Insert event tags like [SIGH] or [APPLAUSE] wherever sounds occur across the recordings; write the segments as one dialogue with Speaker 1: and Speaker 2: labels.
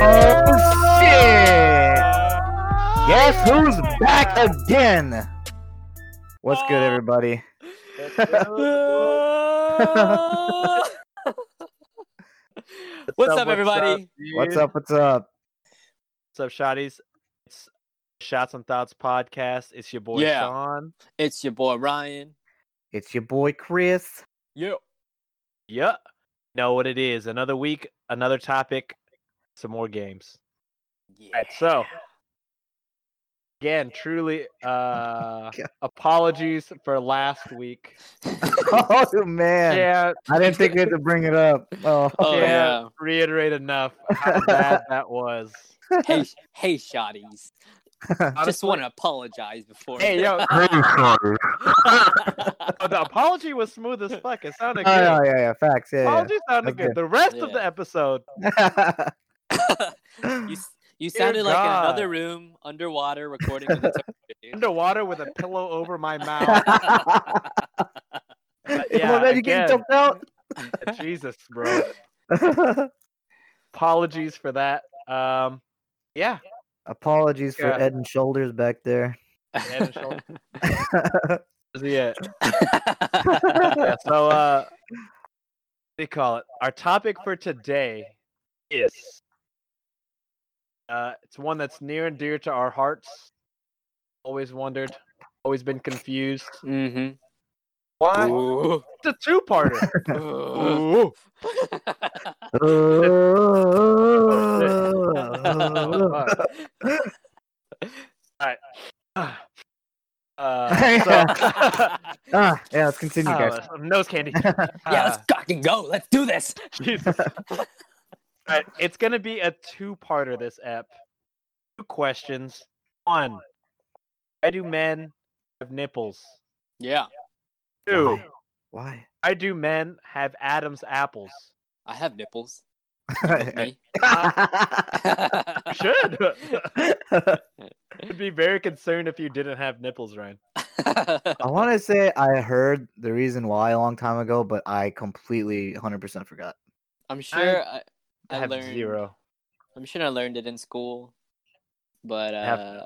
Speaker 1: Oh, Guess who's back again? What's good,
Speaker 2: Oh,
Speaker 1: everybody?
Speaker 2: [LAUGHS]
Speaker 3: what's up, everybody?
Speaker 1: What's up? What's up?
Speaker 2: What's up, Shotties? It's Shots and Thoughts podcast. It's your boy
Speaker 3: Yeah.
Speaker 2: Sean.
Speaker 3: It's your boy Ryan.
Speaker 1: It's your boy
Speaker 2: [LAUGHS]
Speaker 1: Chris. [LAUGHS]
Speaker 3: Yeah.
Speaker 2: Yeah. Know what it is. Another week, another topic, some more games. All right, so again,
Speaker 1: [LAUGHS]
Speaker 2: truly uh
Speaker 1: Oh God.
Speaker 2: apologies for last week.
Speaker 1: Oh man,
Speaker 2: Yeah,
Speaker 1: I didn't think we had to bring it up. Oh,
Speaker 3: oh yeah.
Speaker 2: Yeah. reiterate
Speaker 1: [LAUGHS]
Speaker 2: enough how bad that was.
Speaker 3: Hey, hey, shotties. Just
Speaker 2: Honestly-
Speaker 3: want to apologize before. [LAUGHS]
Speaker 2: Hey yo,
Speaker 3: yeah,
Speaker 2: the apology was smooth as fuck. It sounded
Speaker 1: Oh, yeah,
Speaker 2: good.
Speaker 1: yeah, yeah. Facts. Yeah,
Speaker 2: Apology sounded
Speaker 1: That's
Speaker 2: good. The rest of
Speaker 3: Yeah.
Speaker 2: the episode,
Speaker 1: yeah. [LAUGHS]
Speaker 3: you s- you sounded like in
Speaker 2: God.
Speaker 3: another room underwater recording.
Speaker 2: [LAUGHS]
Speaker 3: With the dude.
Speaker 2: underwater with a pillow over my
Speaker 1: [LAUGHS]
Speaker 2: mouth. yeah,
Speaker 1: well, then you get
Speaker 2: again.
Speaker 1: choked out. [LAUGHS]
Speaker 2: Jesus, bro. Apologies for that. Um,
Speaker 3: [LAUGHS]
Speaker 2: yeah,
Speaker 1: Apologies for
Speaker 2: Yeah.
Speaker 1: head and shoulders back there.
Speaker 2: [LAUGHS]
Speaker 1: [LAUGHS]
Speaker 2: head and
Speaker 3: [LAUGHS]
Speaker 2: shoulders. is he it? yeah, so uh what do you call it? Our topic for today is uh it's one that's near and dear to our hearts. Always wondered, always been confused.
Speaker 3: [LAUGHS] mm-hmm.
Speaker 2: Why it's a two parter. [SIGHS]
Speaker 3: [LAUGHS] [LAUGHS]
Speaker 2: uh, so,
Speaker 1: ah, yeah, let's continue,
Speaker 2: Oh,
Speaker 1: guys.
Speaker 2: some nose candy.
Speaker 3: [LAUGHS] yeah,
Speaker 2: Uh,
Speaker 3: let's fucking go. Let's do this.
Speaker 2: [LAUGHS] Jesus. All right, it's gonna be a two-parter this ep. Two questions. One, why do men have nipples?
Speaker 3: Yeah,
Speaker 2: Two,
Speaker 1: Why? Why?
Speaker 2: [LAUGHS] why do men have Adam's [LAUGHS] apples?
Speaker 3: I have nipples.
Speaker 1: I
Speaker 2: [LAUGHS]
Speaker 3: Me.
Speaker 2: Uh,
Speaker 3: I
Speaker 2: Should [LAUGHS] I'd be very concerned if you didn't have nipples, Ryan.
Speaker 3: [LAUGHS]
Speaker 2: Um,
Speaker 1: want to say [LAUGHS] I heard the reason why a long time ago, but I completely 100% forgot.
Speaker 3: am sure I, I,
Speaker 2: have
Speaker 3: learned.
Speaker 2: zero.
Speaker 3: I'm sure I learned it in school, but
Speaker 2: have-
Speaker 3: uh,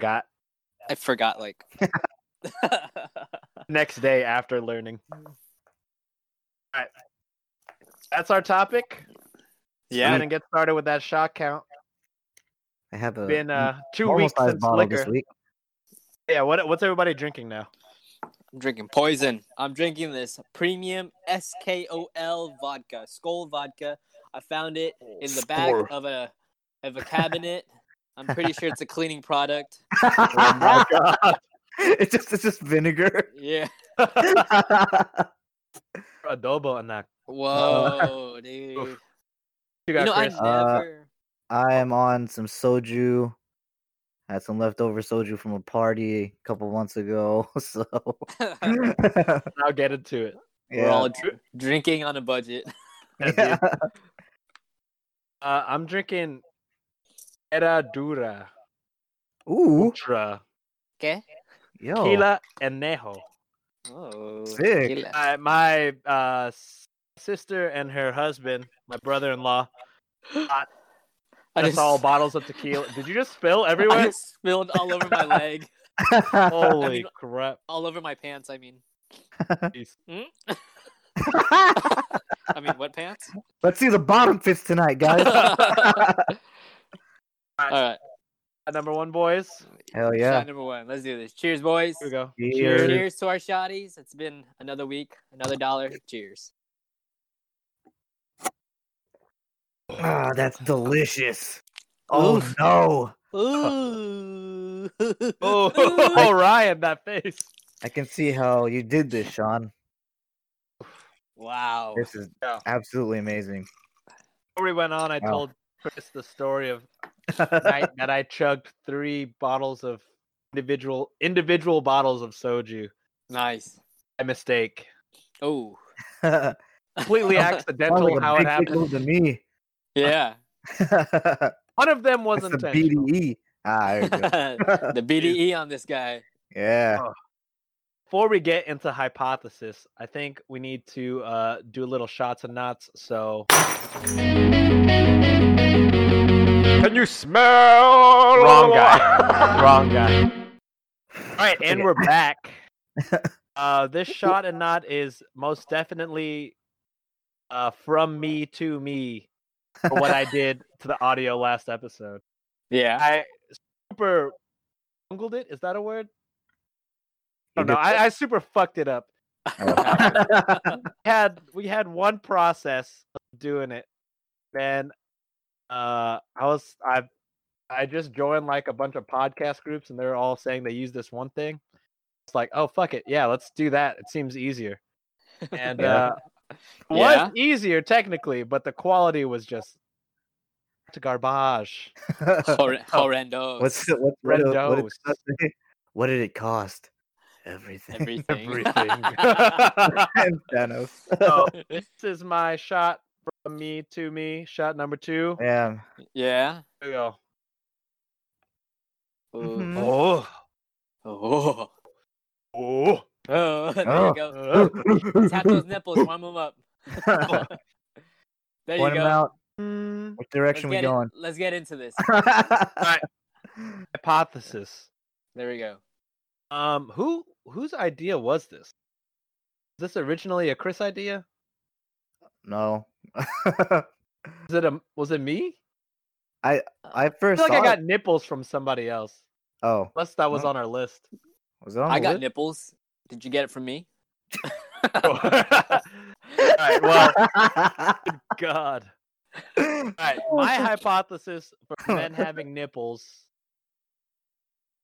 Speaker 2: Got
Speaker 3: I forgot. Like,
Speaker 2: [LAUGHS] next day after learning. Alright. That's our topic.
Speaker 3: [LAUGHS]
Speaker 2: We're gonna get started with that shot count.
Speaker 1: I have a
Speaker 2: Been uh two weeks
Speaker 1: normal-sized
Speaker 2: since
Speaker 1: bottle
Speaker 2: liquor.
Speaker 1: this week. [LAUGHS]
Speaker 2: Yeah, what what's everybody drinking [LAUGHS] now?
Speaker 3: I'm drinking poison. I'm drinking this premium SKOL vodka, Skull vodka. I found it
Speaker 2: Oh,
Speaker 3: in the back of a of
Speaker 2: [LAUGHS]
Speaker 3: a cabinet. I'm pretty sure it's a cleaning product.
Speaker 2: Oh
Speaker 3: [LAUGHS]
Speaker 1: it's just it's just vinegar. [LAUGHS]
Speaker 3: Yeah. [LAUGHS]
Speaker 2: Adobo and that.
Speaker 3: Whoa, dude.
Speaker 2: Oh. Oof. You
Speaker 3: You,
Speaker 2: got
Speaker 3: know, I
Speaker 2: Chris.
Speaker 1: Uh,
Speaker 3: never.
Speaker 1: I am on some soju. Had some leftover soju from a party a couple months ago,
Speaker 2: [LAUGHS]
Speaker 1: [LAUGHS] so
Speaker 2: Uh,
Speaker 1: yeah.
Speaker 2: I'll get into it.
Speaker 3: We're all dr- [LAUGHS] drinking on a budget.
Speaker 2: Yeah,
Speaker 1: Yeah.
Speaker 2: dude. Uh, I'm drinking Era Dura
Speaker 1: [LAUGHS] Ooh,
Speaker 2: Ultra
Speaker 3: Okay.
Speaker 1: yo,
Speaker 2: Tequila Anejo.
Speaker 3: Oh,
Speaker 1: Sick.
Speaker 3: tequila.
Speaker 2: my, my uh, s- sister and her husband, my brother-in-law,
Speaker 3: I
Speaker 2: just, all bottles of tequila. Did you just spill everywhere?
Speaker 3: [LAUGHS] I just spilled all over my leg,
Speaker 1: [LAUGHS]
Speaker 2: Holy
Speaker 3: mean-
Speaker 2: crap!
Speaker 3: all over my pants. I mean,
Speaker 2: Jeez. Oh.
Speaker 3: I mean,
Speaker 1: [LAUGHS]
Speaker 3: wet pants.
Speaker 1: Let's see the bottom fits tonight,
Speaker 3: [LAUGHS]
Speaker 2: [LAUGHS]
Speaker 1: guys.
Speaker 3: all right.
Speaker 2: Uh, Number one, boys.
Speaker 1: Hell
Speaker 3: Shot
Speaker 1: yeah!
Speaker 3: number one. Let's do this. Cheers, boys.
Speaker 2: Here we go.
Speaker 3: Cheers.
Speaker 1: Cheers.
Speaker 3: to our shotties. It's been another week, another dollar. Cheers.
Speaker 1: Ah, that's delicious. Oh no,
Speaker 3: Ooh.
Speaker 2: [LAUGHS] Oh, oh, Ryan, that face.
Speaker 1: I can see how you did this, Sean.
Speaker 3: wow.
Speaker 1: This is
Speaker 2: Yeah.
Speaker 1: absolutely amazing. [LAUGHS]
Speaker 2: Before we went on, I
Speaker 1: Wow.
Speaker 2: told Chris the story of the night that I chugged three bottles of individual individual bottles of soju.
Speaker 3: Nice.
Speaker 2: A mistake,
Speaker 3: Oh.
Speaker 1: Sounds [LAUGHS]
Speaker 2: completely
Speaker 3: Sounds
Speaker 2: accidental
Speaker 1: like a
Speaker 2: how it
Speaker 1: big dick
Speaker 2: happened.
Speaker 1: move to me. [LAUGHS]
Speaker 3: Yeah.
Speaker 1: That's
Speaker 2: One of them was
Speaker 1: the
Speaker 2: intentional.
Speaker 1: BDE. Ah, there you go. [LAUGHS]
Speaker 3: [LAUGHS] the BDE on this guy.
Speaker 1: yeah.
Speaker 2: Before we get into hypothesis, I think we need to uh, do a little shots and knots. So,
Speaker 4: Can you smell?
Speaker 2: wrong guy.
Speaker 4: [LAUGHS]
Speaker 2: Wrong guy. All right, and we're back. [LAUGHS] Uh, this shot and not is most definitely uh, from me to me for what [LAUGHS] I did to the audio last episode.
Speaker 3: Yeah.
Speaker 2: I super bungled it. Is that a word? I don't
Speaker 1: You
Speaker 2: know.
Speaker 1: did-
Speaker 2: Oh, I, I super fucked it up. had we had one process of doing it. Then uh I was I I just joined like a bunch of podcast groups and they're all saying they use this one thing. It's like, oh fuck it. Yeah, let's do that. It seems easier. And
Speaker 1: Yeah.
Speaker 2: uh it was easier technically, but the quality was just to garbage. [LAUGHS] Oh.
Speaker 3: Hor- horrendous.
Speaker 1: [LAUGHS] What's what's what, did- what, did,
Speaker 2: Rendos.
Speaker 1: that say? what did it cost? Everything. [LAUGHS]
Speaker 3: Everything.
Speaker 1: And Thanos.
Speaker 2: [LAUGHS] so this is my shot from me to me, shot number two.
Speaker 1: Yeah.
Speaker 3: [LAUGHS] yeah.
Speaker 2: Here we go.
Speaker 3: Ooh.
Speaker 1: Mhm.
Speaker 2: Oh,
Speaker 3: Oh. [LAUGHS]
Speaker 2: oh.
Speaker 3: Oh, there
Speaker 1: Oh.
Speaker 3: you go.
Speaker 1: [LAUGHS]
Speaker 2: Uh,
Speaker 3: Tap those nipples, warm them up. there you
Speaker 1: Point
Speaker 3: go.
Speaker 1: him out.
Speaker 2: mm,
Speaker 1: What
Speaker 3: Let's
Speaker 1: direction we
Speaker 3: get,
Speaker 1: going?
Speaker 3: it- let's get into this.
Speaker 1: [LAUGHS]
Speaker 2: hypothesis.
Speaker 3: There we go.
Speaker 2: Um, who whose idea was this? Is this originally a Chris idea?
Speaker 1: no. [LAUGHS]
Speaker 2: Was it a was it me?
Speaker 1: I
Speaker 2: I
Speaker 1: first
Speaker 2: feel like I
Speaker 1: saw it-
Speaker 2: got nipples from somebody else.
Speaker 1: Oh,
Speaker 2: Unless that was
Speaker 1: No.
Speaker 2: on our
Speaker 1: [LAUGHS]
Speaker 2: list. [LAUGHS]
Speaker 1: was it on
Speaker 3: I
Speaker 1: the
Speaker 3: got
Speaker 1: list?
Speaker 3: nipples. Did you get it from me?
Speaker 2: All right, well, God. All right, my hypothesis [LAUGHS] for men having nipples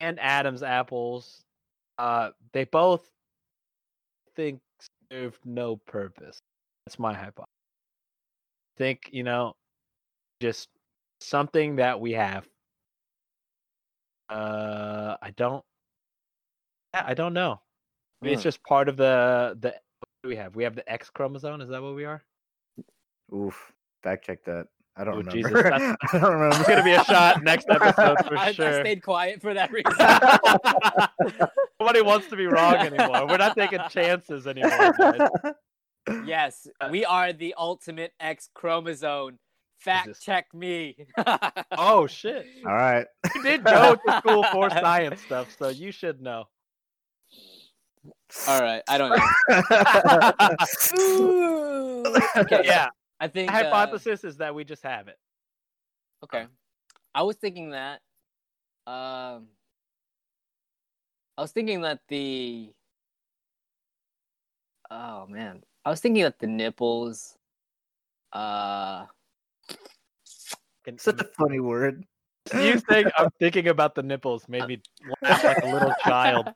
Speaker 2: and Adam's apples, uh, they both think serve no purpose. That's my hypothesis. Think you know, just something that we have. Uh, I don't. I I don't know. I mean, it's
Speaker 3: Hmm.
Speaker 2: just part of the the. What do we have? We have the X chromosome. Is that what we are?
Speaker 1: [LAUGHS] Oof. Fact check that. I don't
Speaker 2: Oh,
Speaker 1: remember.
Speaker 2: Jesus, that's-
Speaker 1: [LAUGHS] I don't
Speaker 2: [LAUGHS]
Speaker 1: remember.
Speaker 2: It's gonna be a shot next episode [LAUGHS] for
Speaker 3: [LAUGHS] I, I
Speaker 2: sure.
Speaker 3: stayed quiet for that reason.
Speaker 1: [LAUGHS]
Speaker 2: [LAUGHS] Nobody wants to be wrong anymore. We're not taking chances anymore. guys.
Speaker 3: yes, we are the ultimate X chromosome. Fact
Speaker 2: Jesus.
Speaker 3: check me. [LAUGHS]
Speaker 2: Oh shit!
Speaker 1: All right. [LAUGHS]
Speaker 2: You did go to school for science stuff, so you should know.
Speaker 3: All right, I [LAUGHS] don't know.
Speaker 1: [LAUGHS]
Speaker 3: okay,
Speaker 2: Yeah.
Speaker 3: I think
Speaker 2: The
Speaker 3: uh,
Speaker 2: hypothesis is that we just have it.
Speaker 3: Okay. I was thinking that um I was thinking that the Oh man. I was thinking that the nipples uh
Speaker 2: Can-
Speaker 1: Such a funny word.
Speaker 2: [LAUGHS] You think I'm thinking about the nipples made me laugh like a
Speaker 3: [LAUGHS]
Speaker 2: little child.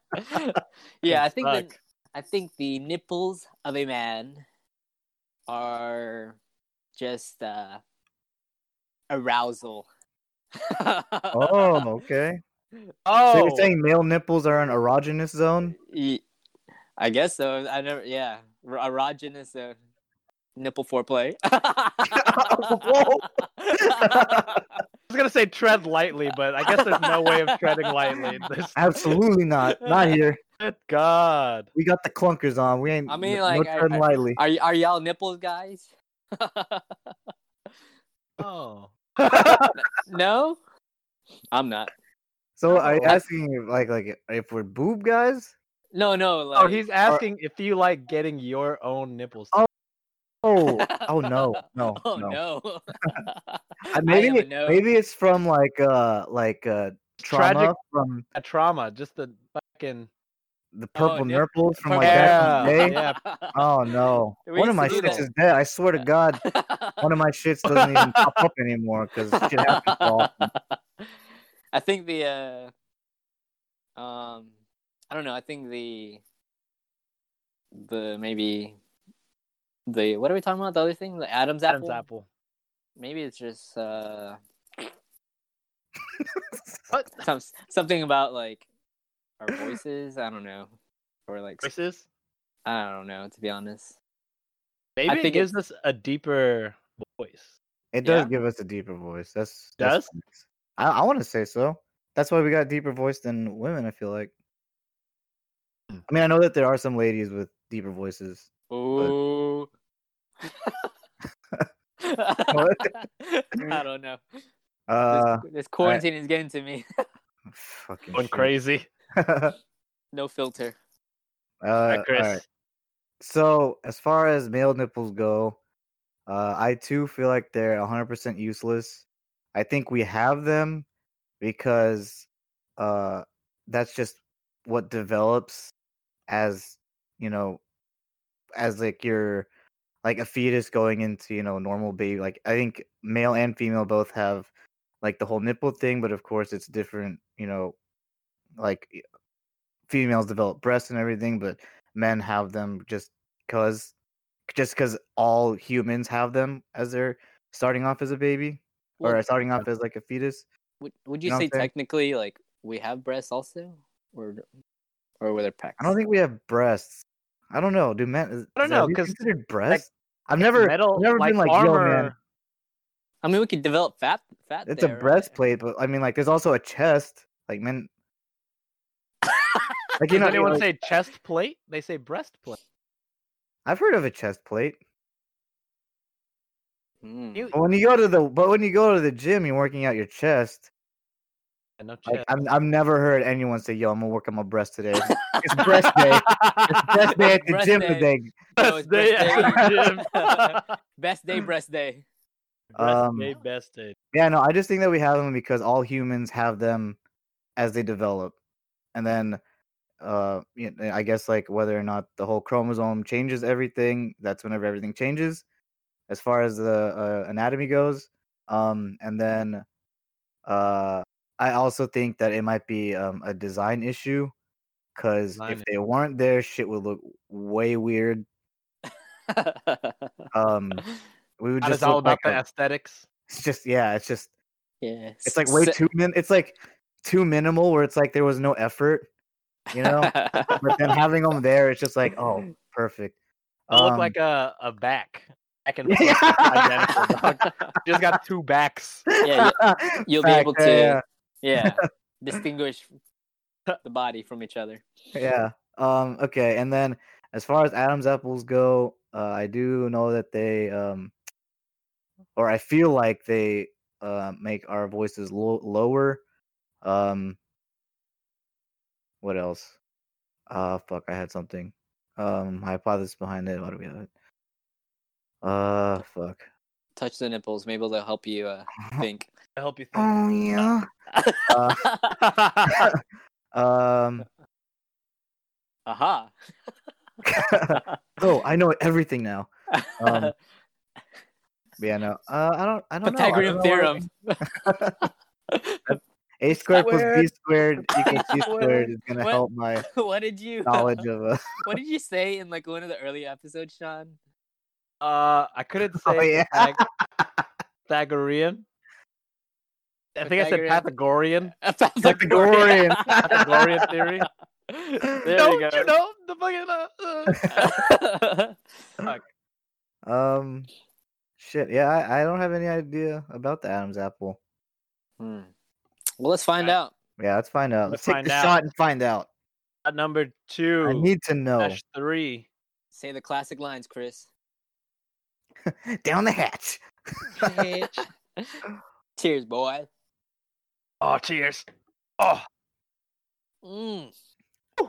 Speaker 3: Yeah,
Speaker 2: It
Speaker 3: I think the,
Speaker 2: sucks.
Speaker 3: I think the nipples of a man are just uh arousal. [LAUGHS]
Speaker 1: Oh, okay.
Speaker 2: Oh,
Speaker 1: So you're saying [LAUGHS] male nipples are an erogenous zone?
Speaker 3: Ye- I guess so. I never, yeah. R- Erogenous uh, nipple foreplay. [LAUGHS]
Speaker 2: I was gonna say tread lightly, but I guess there's no way of treading lightly.
Speaker 1: [LAUGHS]
Speaker 2: There's-
Speaker 1: Absolutely not. Not here.
Speaker 2: Good God.
Speaker 1: We got the clunkers on. We ain't.
Speaker 3: I mean,
Speaker 1: no,
Speaker 3: like,
Speaker 1: no
Speaker 3: I-
Speaker 1: treading
Speaker 3: I-
Speaker 1: lightly.
Speaker 3: are y- are y'all nipples guys? [LAUGHS]
Speaker 2: [LAUGHS] Oh.
Speaker 3: no, I'm not.
Speaker 1: so are you
Speaker 2: I-
Speaker 1: asking if, like, like if we're boob guys?
Speaker 3: No, no. Like,
Speaker 2: Oh, he's asking if you like getting your own nipples.
Speaker 1: Oh, Oh, oh no, no,
Speaker 3: oh
Speaker 1: no.
Speaker 3: no.
Speaker 1: Uh, Maybe,
Speaker 3: am a
Speaker 1: it-
Speaker 3: no.
Speaker 1: maybe it's from like, uh, like uh, trauma
Speaker 2: Tragic-
Speaker 1: from
Speaker 2: a trauma, just the fucking
Speaker 1: the
Speaker 3: Oh,
Speaker 1: purple
Speaker 3: nip-
Speaker 1: nurples [LAUGHS] from like
Speaker 2: yeah,
Speaker 1: back in the day.
Speaker 2: yeah. [LAUGHS]
Speaker 1: Oh no!
Speaker 3: We
Speaker 1: One of
Speaker 3: used
Speaker 1: my
Speaker 3: to do
Speaker 1: shits
Speaker 3: that.
Speaker 1: is dead. I swear to God, one of my shits doesn't even pop
Speaker 2: [LAUGHS]
Speaker 1: up anymore because shit happens. so often.
Speaker 3: [LAUGHS] I think the uh, um, I don't know. I think the the maybe the what are we talking about? The other thing, the Adam's apple.
Speaker 2: Adam's apple.
Speaker 3: Maybe it's just uh,
Speaker 2: [LAUGHS] What?
Speaker 3: some, something about like our voices. I don't know, or like s-
Speaker 2: Voices?
Speaker 3: I don't know. To be honest,
Speaker 2: Maybe
Speaker 3: think
Speaker 2: it gives us a deeper voice.
Speaker 1: It does
Speaker 3: Yeah.
Speaker 1: give us a deeper voice. That's
Speaker 2: Does?
Speaker 1: that's nice. I, I want to say so. That's why we got a deeper voice than women. I feel like.
Speaker 2: Hmm.
Speaker 1: I mean, I know that there are some ladies with deeper voices.
Speaker 3: ooh. [LAUGHS] I don't know.
Speaker 1: Uh,
Speaker 3: this, this quarantine is getting to me.
Speaker 1: Uh, Fucking
Speaker 2: Going
Speaker 1: shit. [LAUGHS]
Speaker 2: crazy.
Speaker 1: uh,
Speaker 3: No filter.
Speaker 2: Hi, Chris.
Speaker 1: all right. So as far as male nipples go, uh, I too feel like they're 100% useless. I think we have them because uh, that's just what develops as you know, as like your like a fetus going into you know normal baby. Like I think male and female both have like the whole nipple thing, but of course it's different. You know, like y- females develop breasts and everything, but men have them just because just because all humans have them as they're starting off as a baby
Speaker 3: Well,
Speaker 1: or starting off as like a fetus.
Speaker 3: would, would you
Speaker 1: know what
Speaker 3: say
Speaker 1: I'm saying?
Speaker 3: technically like we have breasts also, or or were there pecs?
Speaker 1: I don't think we have breasts. I don't know. Do men? Is,
Speaker 2: I don't
Speaker 1: is
Speaker 2: know,
Speaker 1: that
Speaker 2: 'cause,
Speaker 1: considered breasts. I've never,
Speaker 2: metal,
Speaker 1: never been like, yo,
Speaker 2: armor.
Speaker 1: man,
Speaker 3: I mean, we could develop fat. Fat.
Speaker 1: it's
Speaker 3: there,
Speaker 1: a
Speaker 3: right?
Speaker 1: breastplate, but I mean, like, there's also a chest. Like
Speaker 2: [LAUGHS]
Speaker 1: men, like you
Speaker 2: Does
Speaker 1: know,
Speaker 2: anyone
Speaker 1: like,
Speaker 2: say chest plate? They say breastplate.
Speaker 1: I've heard of a chest plate.
Speaker 3: Hmm.
Speaker 2: You,
Speaker 1: But when you go to the, but when you go to the gym, you're working out your chest.
Speaker 2: no
Speaker 1: Like,
Speaker 2: chest.
Speaker 1: I'm, I've never heard anyone say, "Yo, I'm gonna work on my breast today."
Speaker 2: [LAUGHS]
Speaker 1: it's breast day. It's breast day at the
Speaker 3: Breast
Speaker 1: gym
Speaker 3: day.
Speaker 1: today.
Speaker 3: No, it's
Speaker 2: Best day at the gym. [LAUGHS]
Speaker 3: gym. [LAUGHS] Best day, breast day. [LAUGHS]
Speaker 2: Breast
Speaker 1: Um,
Speaker 2: day, best day.
Speaker 1: Yeah, no, I just think that we have them because all humans have them as they develop, and then, uh, you know, I guess like whether or not the whole chromosome changes everything, that's whenever everything changes, as far as the uh, anatomy goes. Um, and then, uh, I also think that it might be um, a design issue because
Speaker 2: Design
Speaker 1: if they weren't there, shit would look way weird. Um, we would
Speaker 2: God,
Speaker 1: just
Speaker 2: it's all
Speaker 1: look
Speaker 2: about
Speaker 1: like
Speaker 2: the
Speaker 1: a-
Speaker 2: aesthetics.
Speaker 1: it's just yeah, it's just
Speaker 3: yeah.
Speaker 1: It's like way too min- it's like too minimal where it's like there was no effort, you
Speaker 3: [LAUGHS]
Speaker 1: know? but then having them there, it's just like, oh, perfect.
Speaker 2: I look
Speaker 1: Um,
Speaker 2: like a, a back. Back
Speaker 1: [LAUGHS]
Speaker 2: and
Speaker 1: Yeah.
Speaker 2: forth. identical, dog. Just got two backs.
Speaker 3: yeah,
Speaker 1: [LAUGHS]
Speaker 3: you'll be
Speaker 1: Fact,
Speaker 3: able
Speaker 1: yeah,
Speaker 3: [LAUGHS]
Speaker 1: [LAUGHS]
Speaker 3: yeah distinguish the body from each other.
Speaker 1: yeah, yeah. Um, okay, and then as far as Adam's apples go, uh, I do know that they um or I feel like they uh make our voices lo- lower. Um what else? Uh fuck, I had something. Um hypothesis behind it. Why do we have it? Uh fuck.
Speaker 3: Touch the nipples. Maybe they'll help you uh,
Speaker 2: [LAUGHS]
Speaker 3: think.
Speaker 2: I hope you think.
Speaker 1: [LAUGHS] Oh yeah.
Speaker 3: [LAUGHS]
Speaker 1: Um
Speaker 3: Aha.
Speaker 1: oh, I know everything
Speaker 3: [LAUGHS]
Speaker 1: now. Um but yeah, no. Uh I don't I don't know. I
Speaker 3: Pythagorean
Speaker 1: don't know. why-
Speaker 3: theorem.
Speaker 1: A squared plus B
Speaker 2: Squared.
Speaker 1: squared equals C
Speaker 2: Squared.
Speaker 1: squared is gonna
Speaker 3: What?
Speaker 1: help my
Speaker 3: [LAUGHS] what did you?
Speaker 1: knowledge
Speaker 2: [LAUGHS]
Speaker 1: of uh, [LAUGHS]
Speaker 3: What did you say in like one of the early episodes, Sean?
Speaker 2: Uh, I couldn't say
Speaker 1: [LAUGHS] Oh, yeah.
Speaker 2: Pythag-
Speaker 1: [LAUGHS]
Speaker 2: Pythagorean. I think I said Pythagorean. [LAUGHS]
Speaker 1: Pythagorean.
Speaker 2: Pythagorean theory.
Speaker 3: there
Speaker 2: Don't
Speaker 3: we go.
Speaker 2: you know the fucking? Uh, uh.
Speaker 3: [LAUGHS]
Speaker 1: Um, shit. Yeah, I, I don't have any idea about the Adam's apple.
Speaker 3: Hmm. Well, let's find
Speaker 2: Alright.
Speaker 3: out.
Speaker 1: Yeah, let's find out.
Speaker 2: Let's
Speaker 1: Let's, take
Speaker 2: find
Speaker 1: the
Speaker 2: out.
Speaker 1: shot and find out.
Speaker 2: At number two,
Speaker 1: I need to know.
Speaker 2: dash three.
Speaker 3: Say the classic lines, Chris.
Speaker 1: Down the hatch.
Speaker 3: [LAUGHS] Cheers, boy.
Speaker 2: Oh, cheers! Oh,
Speaker 3: Mm.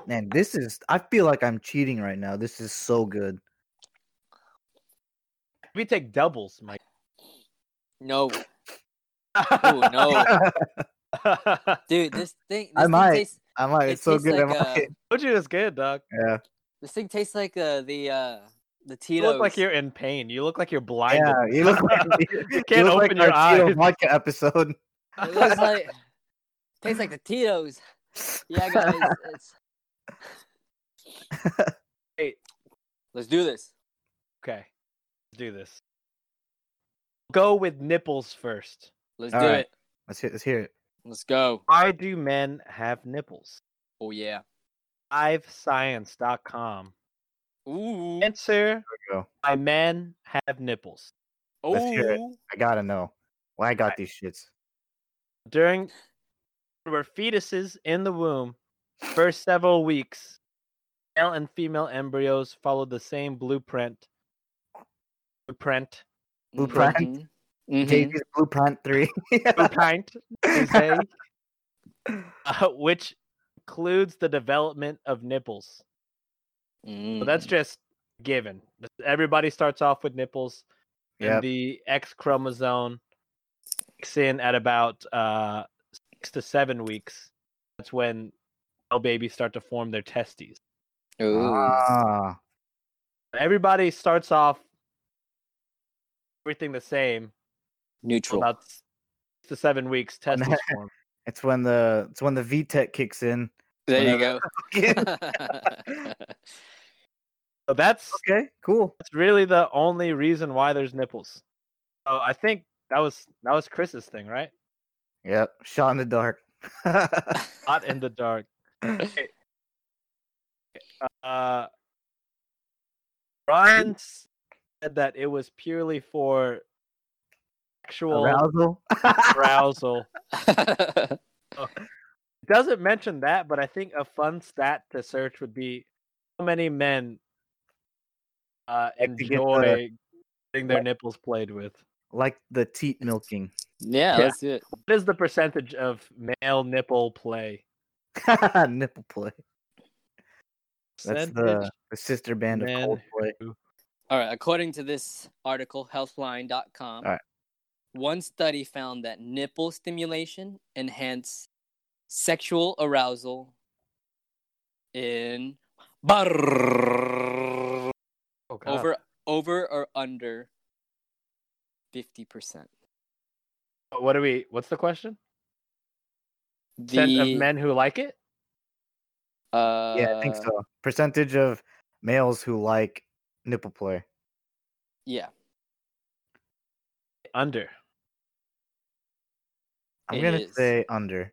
Speaker 1: Man, this is. I feel like I'm cheating right now. This is so good.
Speaker 2: we take doubles, [LAUGHS] Mike.
Speaker 3: No, oh
Speaker 2: [LAUGHS]
Speaker 3: no,
Speaker 2: I
Speaker 3: dude, this thing. This
Speaker 1: I
Speaker 3: thing
Speaker 1: might.
Speaker 3: Tastes,
Speaker 1: I'm like,
Speaker 3: It
Speaker 1: it's so
Speaker 3: tastes
Speaker 1: good.
Speaker 3: like,
Speaker 1: I'm like,
Speaker 2: told you it's good, dog.
Speaker 1: yeah.
Speaker 3: this thing tastes like uh, the uh, the
Speaker 2: You
Speaker 3: Tito's.
Speaker 2: look like you're in pain. You look like you're blinded.
Speaker 1: [LAUGHS] Yeah, you
Speaker 2: [LAUGHS]
Speaker 1: look like
Speaker 2: You
Speaker 1: [LAUGHS] you
Speaker 2: can't
Speaker 1: look like
Speaker 2: open your
Speaker 1: our Tito
Speaker 2: eyes.
Speaker 1: Vodka episode. [LAUGHS]
Speaker 2: [LAUGHS]
Speaker 3: It looks like tastes like the Tito's. Yeah, guys, it's...
Speaker 2: Hey.
Speaker 3: let's do this.
Speaker 2: Okay, let's do this. Go with nipples first.
Speaker 3: Let's
Speaker 1: All
Speaker 3: do
Speaker 1: right.
Speaker 3: it.
Speaker 1: Let's hear. Let's hear it.
Speaker 3: Let's go.
Speaker 2: Why do men have nipples?
Speaker 3: Oh yeah.
Speaker 2: Ivescience.com.
Speaker 3: Ooh.
Speaker 2: Answer
Speaker 1: we go.
Speaker 2: why men have nipples.
Speaker 1: let's hear it.
Speaker 3: Ooh.
Speaker 1: I gotta know. Why I got these shits.
Speaker 2: During were fetuses in the womb, first several weeks, male and female embryos follow the same blueprint.
Speaker 1: [LAUGHS]
Speaker 2: Blueprint.
Speaker 1: Blueprint.
Speaker 3: Mhm. Mhm.
Speaker 1: JP's Blueprint Three. [LAUGHS]
Speaker 2: Blueprint. they say. uh, which includes the development of nipples.
Speaker 3: Mm-hmm.
Speaker 2: So that's just given. Everybody starts off with nipples,
Speaker 1: Yep.
Speaker 2: and the X chromosome kicks in at about uh, six to seven weeks. That's when all babies start to form their testes.
Speaker 3: Ooh.
Speaker 1: Ah,
Speaker 2: Everybody starts off everything the same.
Speaker 3: neutral.
Speaker 2: About six to seven weeks, testes form.
Speaker 1: it's when the it's when the VTech kicks
Speaker 3: [LAUGHS]
Speaker 1: in.
Speaker 3: there you go.
Speaker 1: okay, [LAUGHS]
Speaker 2: So that's
Speaker 1: cool.
Speaker 2: that's really the only reason why there's nipples. So I think that was that was Chris's thing, right?
Speaker 1: Yep, shot in the dark. [LAUGHS]
Speaker 2: Not in the dark. Okay. Uh, Ryan said that it was purely for sexual
Speaker 1: Arousal. [LAUGHS]
Speaker 2: arousal. It doesn't mention that, but I think a fun stat to search would be how many men uh,
Speaker 1: Like to get the-
Speaker 2: enjoy getting their
Speaker 1: Right.
Speaker 2: nipples played with.
Speaker 1: like the teat milking.
Speaker 3: [LAUGHS]
Speaker 1: [LAUGHS]
Speaker 3: yeah, let's do it.
Speaker 2: What is the percentage of male nipple play?
Speaker 1: Nipple play. That's
Speaker 2: Percentage?
Speaker 1: the, the sister band of
Speaker 2: men
Speaker 1: Coldplay.
Speaker 2: who-
Speaker 3: All right. According to this article, healthline.com,
Speaker 1: All right.
Speaker 3: one study found that nipple stimulation enhanced sexual arousal in bar-
Speaker 2: Oh, God.
Speaker 3: over over or under 50%.
Speaker 2: What do we? What's the question? Percent
Speaker 3: The
Speaker 2: of men who like it.
Speaker 3: uh,
Speaker 1: yeah, I think so. Percentage of males who like nipple play.
Speaker 3: Yeah.
Speaker 2: Under.
Speaker 1: I'm
Speaker 3: It
Speaker 1: gonna
Speaker 3: is.
Speaker 1: say under.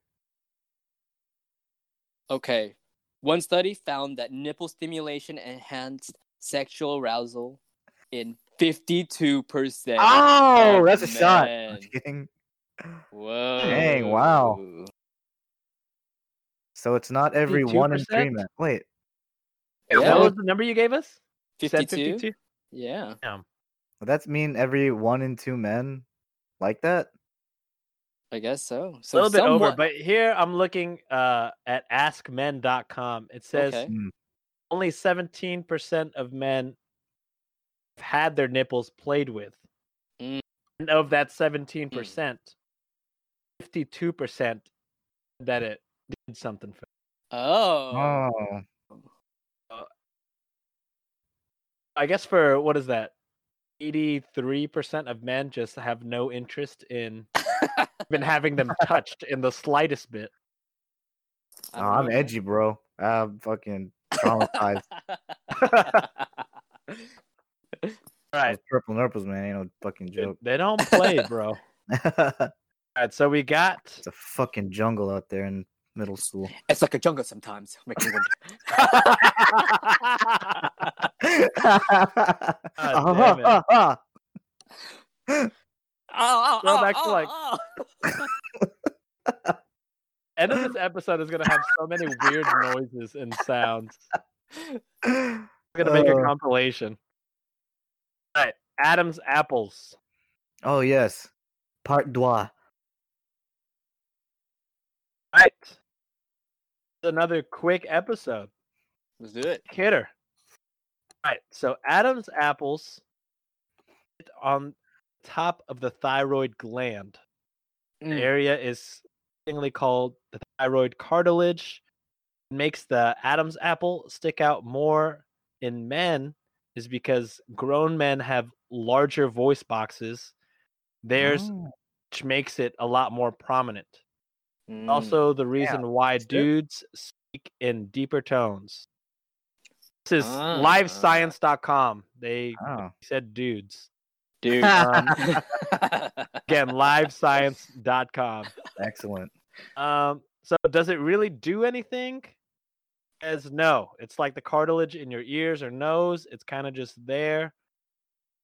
Speaker 3: Okay. One study found that nipple stimulation enhanced sexual arousal in 52%.
Speaker 1: Oh,
Speaker 3: of
Speaker 1: that's a shot. I'm
Speaker 3: men.
Speaker 1: just kidding.
Speaker 3: Whoa.
Speaker 1: Dang, wow. So it's not every one in three
Speaker 2: 52%?
Speaker 1: men. Wait,
Speaker 3: Yeah.
Speaker 2: What was the number you gave us? You said
Speaker 3: 52? Yeah.
Speaker 1: would that mean every one in two men like that?
Speaker 3: I guess so.
Speaker 2: A
Speaker 3: So
Speaker 2: little bit over,
Speaker 3: somewhat-
Speaker 2: but here I'm looking uh, at askmen.com. It says
Speaker 3: Okay.
Speaker 1: Hmm.
Speaker 2: only 17% of men have had their nipples played with.
Speaker 3: Mm.
Speaker 2: And of that 17%, 52% that it did something for
Speaker 3: Oh.
Speaker 1: Oh,
Speaker 2: I guess for what is that? 83% of men just have no interest
Speaker 3: [LAUGHS]
Speaker 2: in even having them touched in the slightest bit.
Speaker 3: I
Speaker 1: Oh,
Speaker 3: don't
Speaker 1: I'm
Speaker 3: know, [LAUGHS]
Speaker 1: edgy, [LAUGHS] bro. I'm fucking traumatized.
Speaker 3: man.
Speaker 2: All right.
Speaker 1: Those Purple nurples, man, ain't no fucking
Speaker 2: Dude,
Speaker 1: joke. [LAUGHS]
Speaker 2: They don't play, bro. [LAUGHS] All
Speaker 1: it's
Speaker 2: right, so we got [LAUGHS]
Speaker 1: a fucking jungle out there in middle school.
Speaker 3: it's like a jungle sometimes. Makes me wonder.
Speaker 2: damn it.
Speaker 3: [LAUGHS] Oh, oh,
Speaker 2: Go
Speaker 3: oh,
Speaker 2: back to,
Speaker 3: oh,
Speaker 2: like-
Speaker 3: oh.
Speaker 2: end of this episode is gonna have so many weird noises and sounds. We're gonna make a
Speaker 1: Uh.
Speaker 2: compilation. All right, Adam's apples.
Speaker 1: [LAUGHS] oh yes, part deux.
Speaker 2: All right, another quick episode.
Speaker 3: Let's do it.
Speaker 2: Kidder. All right, so Adam's apples sit on top of the thyroid gland. The
Speaker 3: Mm.
Speaker 2: area is thingly called the thyroid cartilage. What makes the Adam's apple stick out more in men is because grown men have larger voice boxes. Theirs,
Speaker 1: Oh,
Speaker 2: which makes it a lot more prominent.
Speaker 3: Mm.
Speaker 2: Also, the reason why
Speaker 1: that's it.
Speaker 2: dudes speak in deeper tones. This is
Speaker 3: Ah.
Speaker 2: livescience.com. They
Speaker 1: oh.
Speaker 2: said dudes.
Speaker 3: dude.
Speaker 2: Um,
Speaker 3: Um, [LAUGHS] Get
Speaker 2: again, livescience.com.
Speaker 1: excellent.
Speaker 2: Um, so does it really do anything? As no, it's like the cartilage in your ears or nose. It's kind of just there.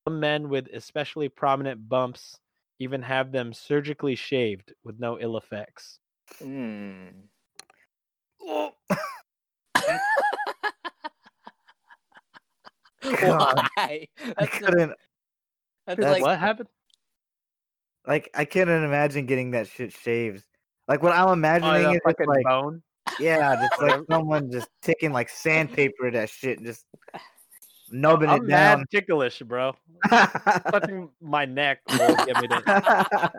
Speaker 2: Some men with especially prominent bumps even have them surgically shaved with no ill effects.
Speaker 3: Mm.
Speaker 1: [LAUGHS] God.
Speaker 3: [LAUGHS] Why?
Speaker 1: I
Speaker 3: That's, not,
Speaker 1: couldn't. That's
Speaker 3: that's like
Speaker 2: what happened?
Speaker 1: Like I couldn't imagine getting that shit shaved. Like what I'm
Speaker 2: On
Speaker 1: imagining
Speaker 2: a
Speaker 1: is it's
Speaker 2: uh, fucking
Speaker 1: like
Speaker 2: bone.
Speaker 1: yeah, just like someone just taking like sandpaper that shit, and just nubbing
Speaker 2: I'm
Speaker 1: it
Speaker 2: mad
Speaker 1: down.
Speaker 2: ticklish, bro. [LAUGHS]
Speaker 1: [LAUGHS]
Speaker 2: Touching my neck will get me to.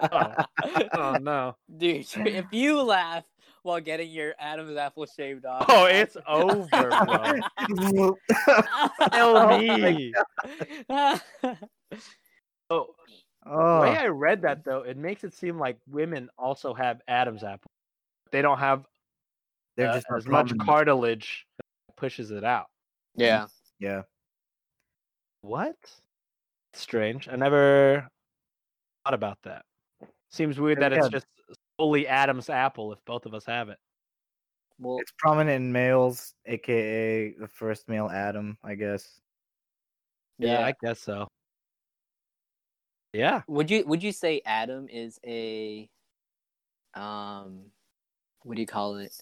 Speaker 2: Oh, oh no.
Speaker 3: Dude, [LAUGHS] if you laugh while getting your Adam's apple shaved off.
Speaker 2: Oh, it's over,
Speaker 1: [LAUGHS]
Speaker 2: bro. Kill
Speaker 3: [LAUGHS]
Speaker 1: Oh
Speaker 2: me. Oh, the way
Speaker 1: oh,
Speaker 2: I read that though, it makes it seem like women also have Adam's apple. They don't have
Speaker 1: they're
Speaker 2: uh,
Speaker 1: just not
Speaker 2: as much
Speaker 1: prominent.
Speaker 2: cartilage that pushes it out.
Speaker 3: yeah.
Speaker 1: Yeah,
Speaker 2: What? Strange. I never thought about that. Seems weird
Speaker 1: Yeah,
Speaker 2: that it's
Speaker 1: yeah.
Speaker 2: just solely Adam's apple if both of us have it.
Speaker 3: Well,
Speaker 1: it's prominent in males, aka the first male Adam, I guess.
Speaker 3: yeah.
Speaker 2: I guess so. Yeah.
Speaker 3: Would you would you say Adam is a um what do you call it?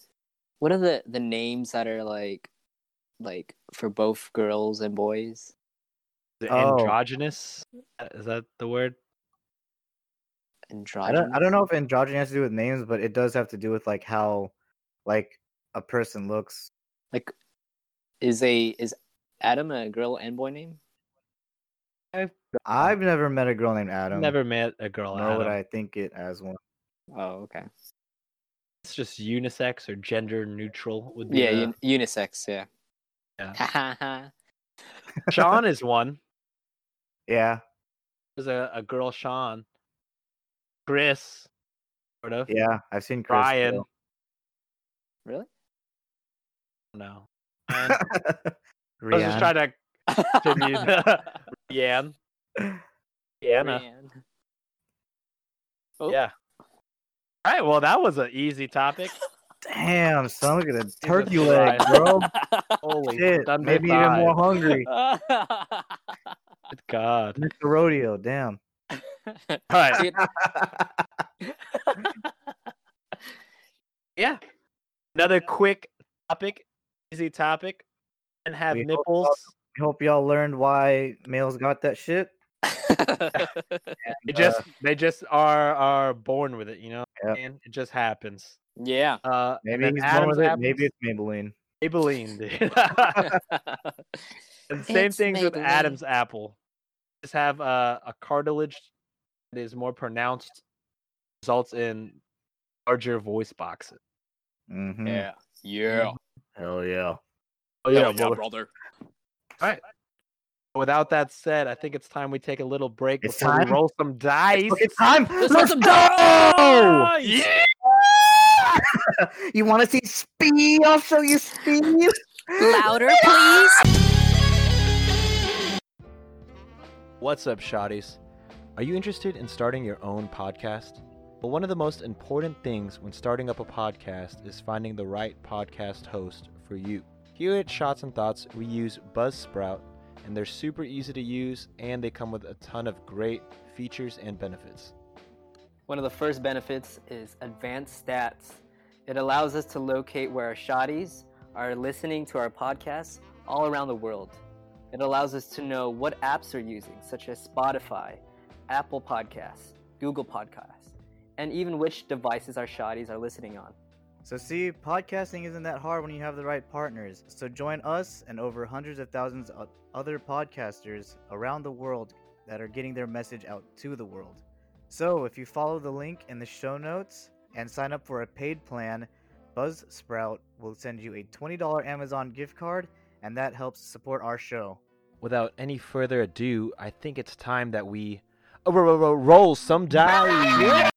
Speaker 3: What are the the names that are like like for both girls and boys?
Speaker 2: Is it
Speaker 1: Oh.
Speaker 2: androgynous? Uh, Is that the word?
Speaker 1: I
Speaker 3: Androgynous.
Speaker 1: don't, I don't know if androgyny has to do with names, but it does have to do with like how, like a person looks.
Speaker 3: Like is a is Adam a girl and boy name?
Speaker 1: I've never met a girl named Adam.
Speaker 2: Never met a girl.
Speaker 1: nor
Speaker 2: Adam.
Speaker 1: would I think it as one.
Speaker 3: Oh, okay.
Speaker 2: It's just unisex or gender neutral. Would be
Speaker 3: Yeah,
Speaker 2: the-
Speaker 3: un- unisex. Yeah.
Speaker 2: Yeah.
Speaker 3: Yeah.
Speaker 2: Sean is one.
Speaker 1: [LAUGHS] Yeah,
Speaker 2: There's a, a girl, Sean. Chris, sort of.
Speaker 1: yeah, I've seen Chris.
Speaker 2: Brian.
Speaker 1: though.
Speaker 3: really?
Speaker 1: [LAUGHS]
Speaker 2: No. Ryan. I was just
Speaker 1: Rihanna.
Speaker 2: trying to
Speaker 1: [LAUGHS]
Speaker 2: continue.
Speaker 3: [LAUGHS]
Speaker 2: [LAUGHS] Yan. Yana.
Speaker 3: Man. Oh.
Speaker 2: Yeah. All right. Well, that was an easy topic.
Speaker 1: Damn, son, look at the turkey
Speaker 2: Jesus
Speaker 1: leg,
Speaker 2: Christ.
Speaker 3: [LAUGHS]
Speaker 1: bro.
Speaker 2: Holy
Speaker 1: Shit,
Speaker 2: done by
Speaker 1: made me even more
Speaker 2: five.
Speaker 1: hungry.
Speaker 2: [LAUGHS] Good
Speaker 1: [LAUGHS]
Speaker 2: God.
Speaker 1: Missed the
Speaker 2: [LAUGHS]
Speaker 1: rodeo, damn.
Speaker 2: All right.
Speaker 3: Dude,
Speaker 2: Yeah. Another quick topic, easy topic, and have
Speaker 1: We hope
Speaker 2: nipples.
Speaker 1: We hope y'all learned why males got that shit.
Speaker 2: They
Speaker 1: Uh,
Speaker 2: just they just are are born with it, you know.
Speaker 1: Yep.
Speaker 2: And it just happens.
Speaker 3: yeah. [LAUGHS]
Speaker 2: Uh, and
Speaker 1: Maybe
Speaker 2: then
Speaker 1: he's born
Speaker 2: Adam's
Speaker 1: with it.
Speaker 2: apples-
Speaker 1: Maybe it's Maybelline.
Speaker 2: Maybelline, dude.
Speaker 1: [LAUGHS]
Speaker 2: And same
Speaker 3: It's
Speaker 2: things with
Speaker 3: Maybelline.
Speaker 2: Adam's apple. Just have uh, a cartilage that is more pronounced, results in larger voice boxes.
Speaker 1: Mm-hmm.
Speaker 3: yeah. Yeah.
Speaker 1: Hell yeah.
Speaker 2: Oh
Speaker 3: brother.
Speaker 2: Without that said, I think it's time we take a little break
Speaker 1: It's
Speaker 2: before we
Speaker 1: time.
Speaker 2: roll some dice.
Speaker 1: Look, it's time. Let's,
Speaker 3: Let's roll some
Speaker 1: go!
Speaker 3: dice!
Speaker 2: Yeah!
Speaker 1: [LAUGHS] You want to see speed? I'll show you speed.
Speaker 3: Louder, please.
Speaker 2: What's up, Shotties? Are you interested in starting your own podcast? Well, one of the most important things when starting up a podcast is finding the right podcast host for you. Here at Shots and Thoughts, we use Buzzsprout, and they're super easy to use and they come with a ton of great features and benefits.
Speaker 3: One of the first benefits is advanced stats. It allows us to locate where our shotties are listening to our podcasts all around the world. It allows us to know what apps are using, such as Spotify, Apple Podcasts, Google Podcasts, and even which devices our shotties are listening on.
Speaker 1: So, see, podcasting isn't that hard when you have the right partners. So, join us and over hundreds of thousands of other podcasters around the world that are getting their message out to the world. So, if you follow the link in the show notes and sign up for a paid plan, Buzzsprout will send you a $20 Amazon gift card, and that helps support our show.
Speaker 2: Without any further ado, I think it's time that we oh, ro- ro- ro- roll some dice.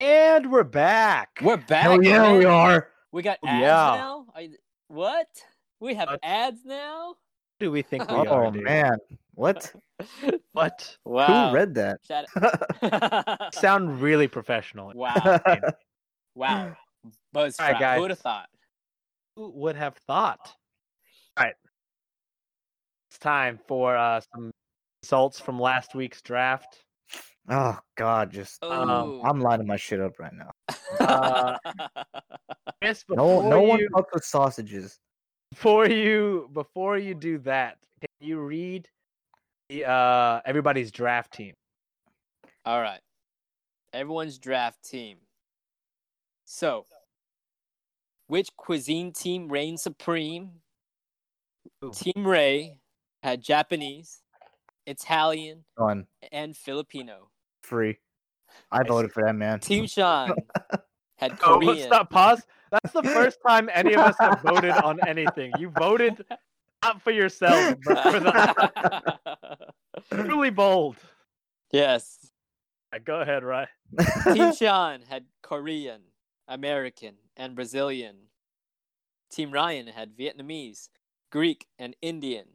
Speaker 2: And we're back.
Speaker 3: We're back.
Speaker 1: are.
Speaker 3: We got
Speaker 2: Oh,
Speaker 3: ads
Speaker 2: yeah.
Speaker 3: now. I, what? We have
Speaker 2: Uh,
Speaker 3: ads now.
Speaker 2: do we think we
Speaker 1: Oh,
Speaker 2: are? dude?
Speaker 1: man. What?
Speaker 2: What?
Speaker 3: wow.
Speaker 1: Who read that?
Speaker 3: Shout-
Speaker 2: [LAUGHS] Sound really professional.
Speaker 3: wow. [LAUGHS]
Speaker 2: [LAUGHS]
Speaker 1: [LAUGHS]
Speaker 3: Wow. Buzz
Speaker 2: All right,
Speaker 3: Who
Speaker 2: guys.
Speaker 3: would have thought?
Speaker 2: Who would have thought? All right. It's time for uh, some results from last week's draft.
Speaker 1: oh, God. Just. um,
Speaker 3: Oh.
Speaker 1: I'm lining my shit up right now.
Speaker 3: [LAUGHS]
Speaker 2: uh, Chris,
Speaker 1: No,
Speaker 2: before,
Speaker 1: no one
Speaker 2: you,
Speaker 1: fucks with sausages.
Speaker 2: before you before you do that, can you read the, uh, everybody's draft team?
Speaker 3: All right. everyone's draft team. So, which cuisine team reigned supreme?
Speaker 2: Ooh.
Speaker 3: Team Ray had Japanese, Italian,
Speaker 1: Fun.
Speaker 3: and Filipino.
Speaker 1: Free. I voted for that man.
Speaker 2: [LAUGHS]
Speaker 3: Team Sean had
Speaker 2: Oh,
Speaker 3: Korean. [LAUGHS]
Speaker 2: stop. Pause. That's
Speaker 1: [LAUGHS]
Speaker 2: the first time any of us have voted on anything. You
Speaker 1: [LAUGHS]
Speaker 2: voted not for yourself, but for the truly bold.
Speaker 3: yes.
Speaker 2: Uh, Go ahead, Ryan.
Speaker 1: [LAUGHS]
Speaker 3: Team Sean had Korean, American, and Brazilian. Team Ryan had Vietnamese, Greek, and Indian.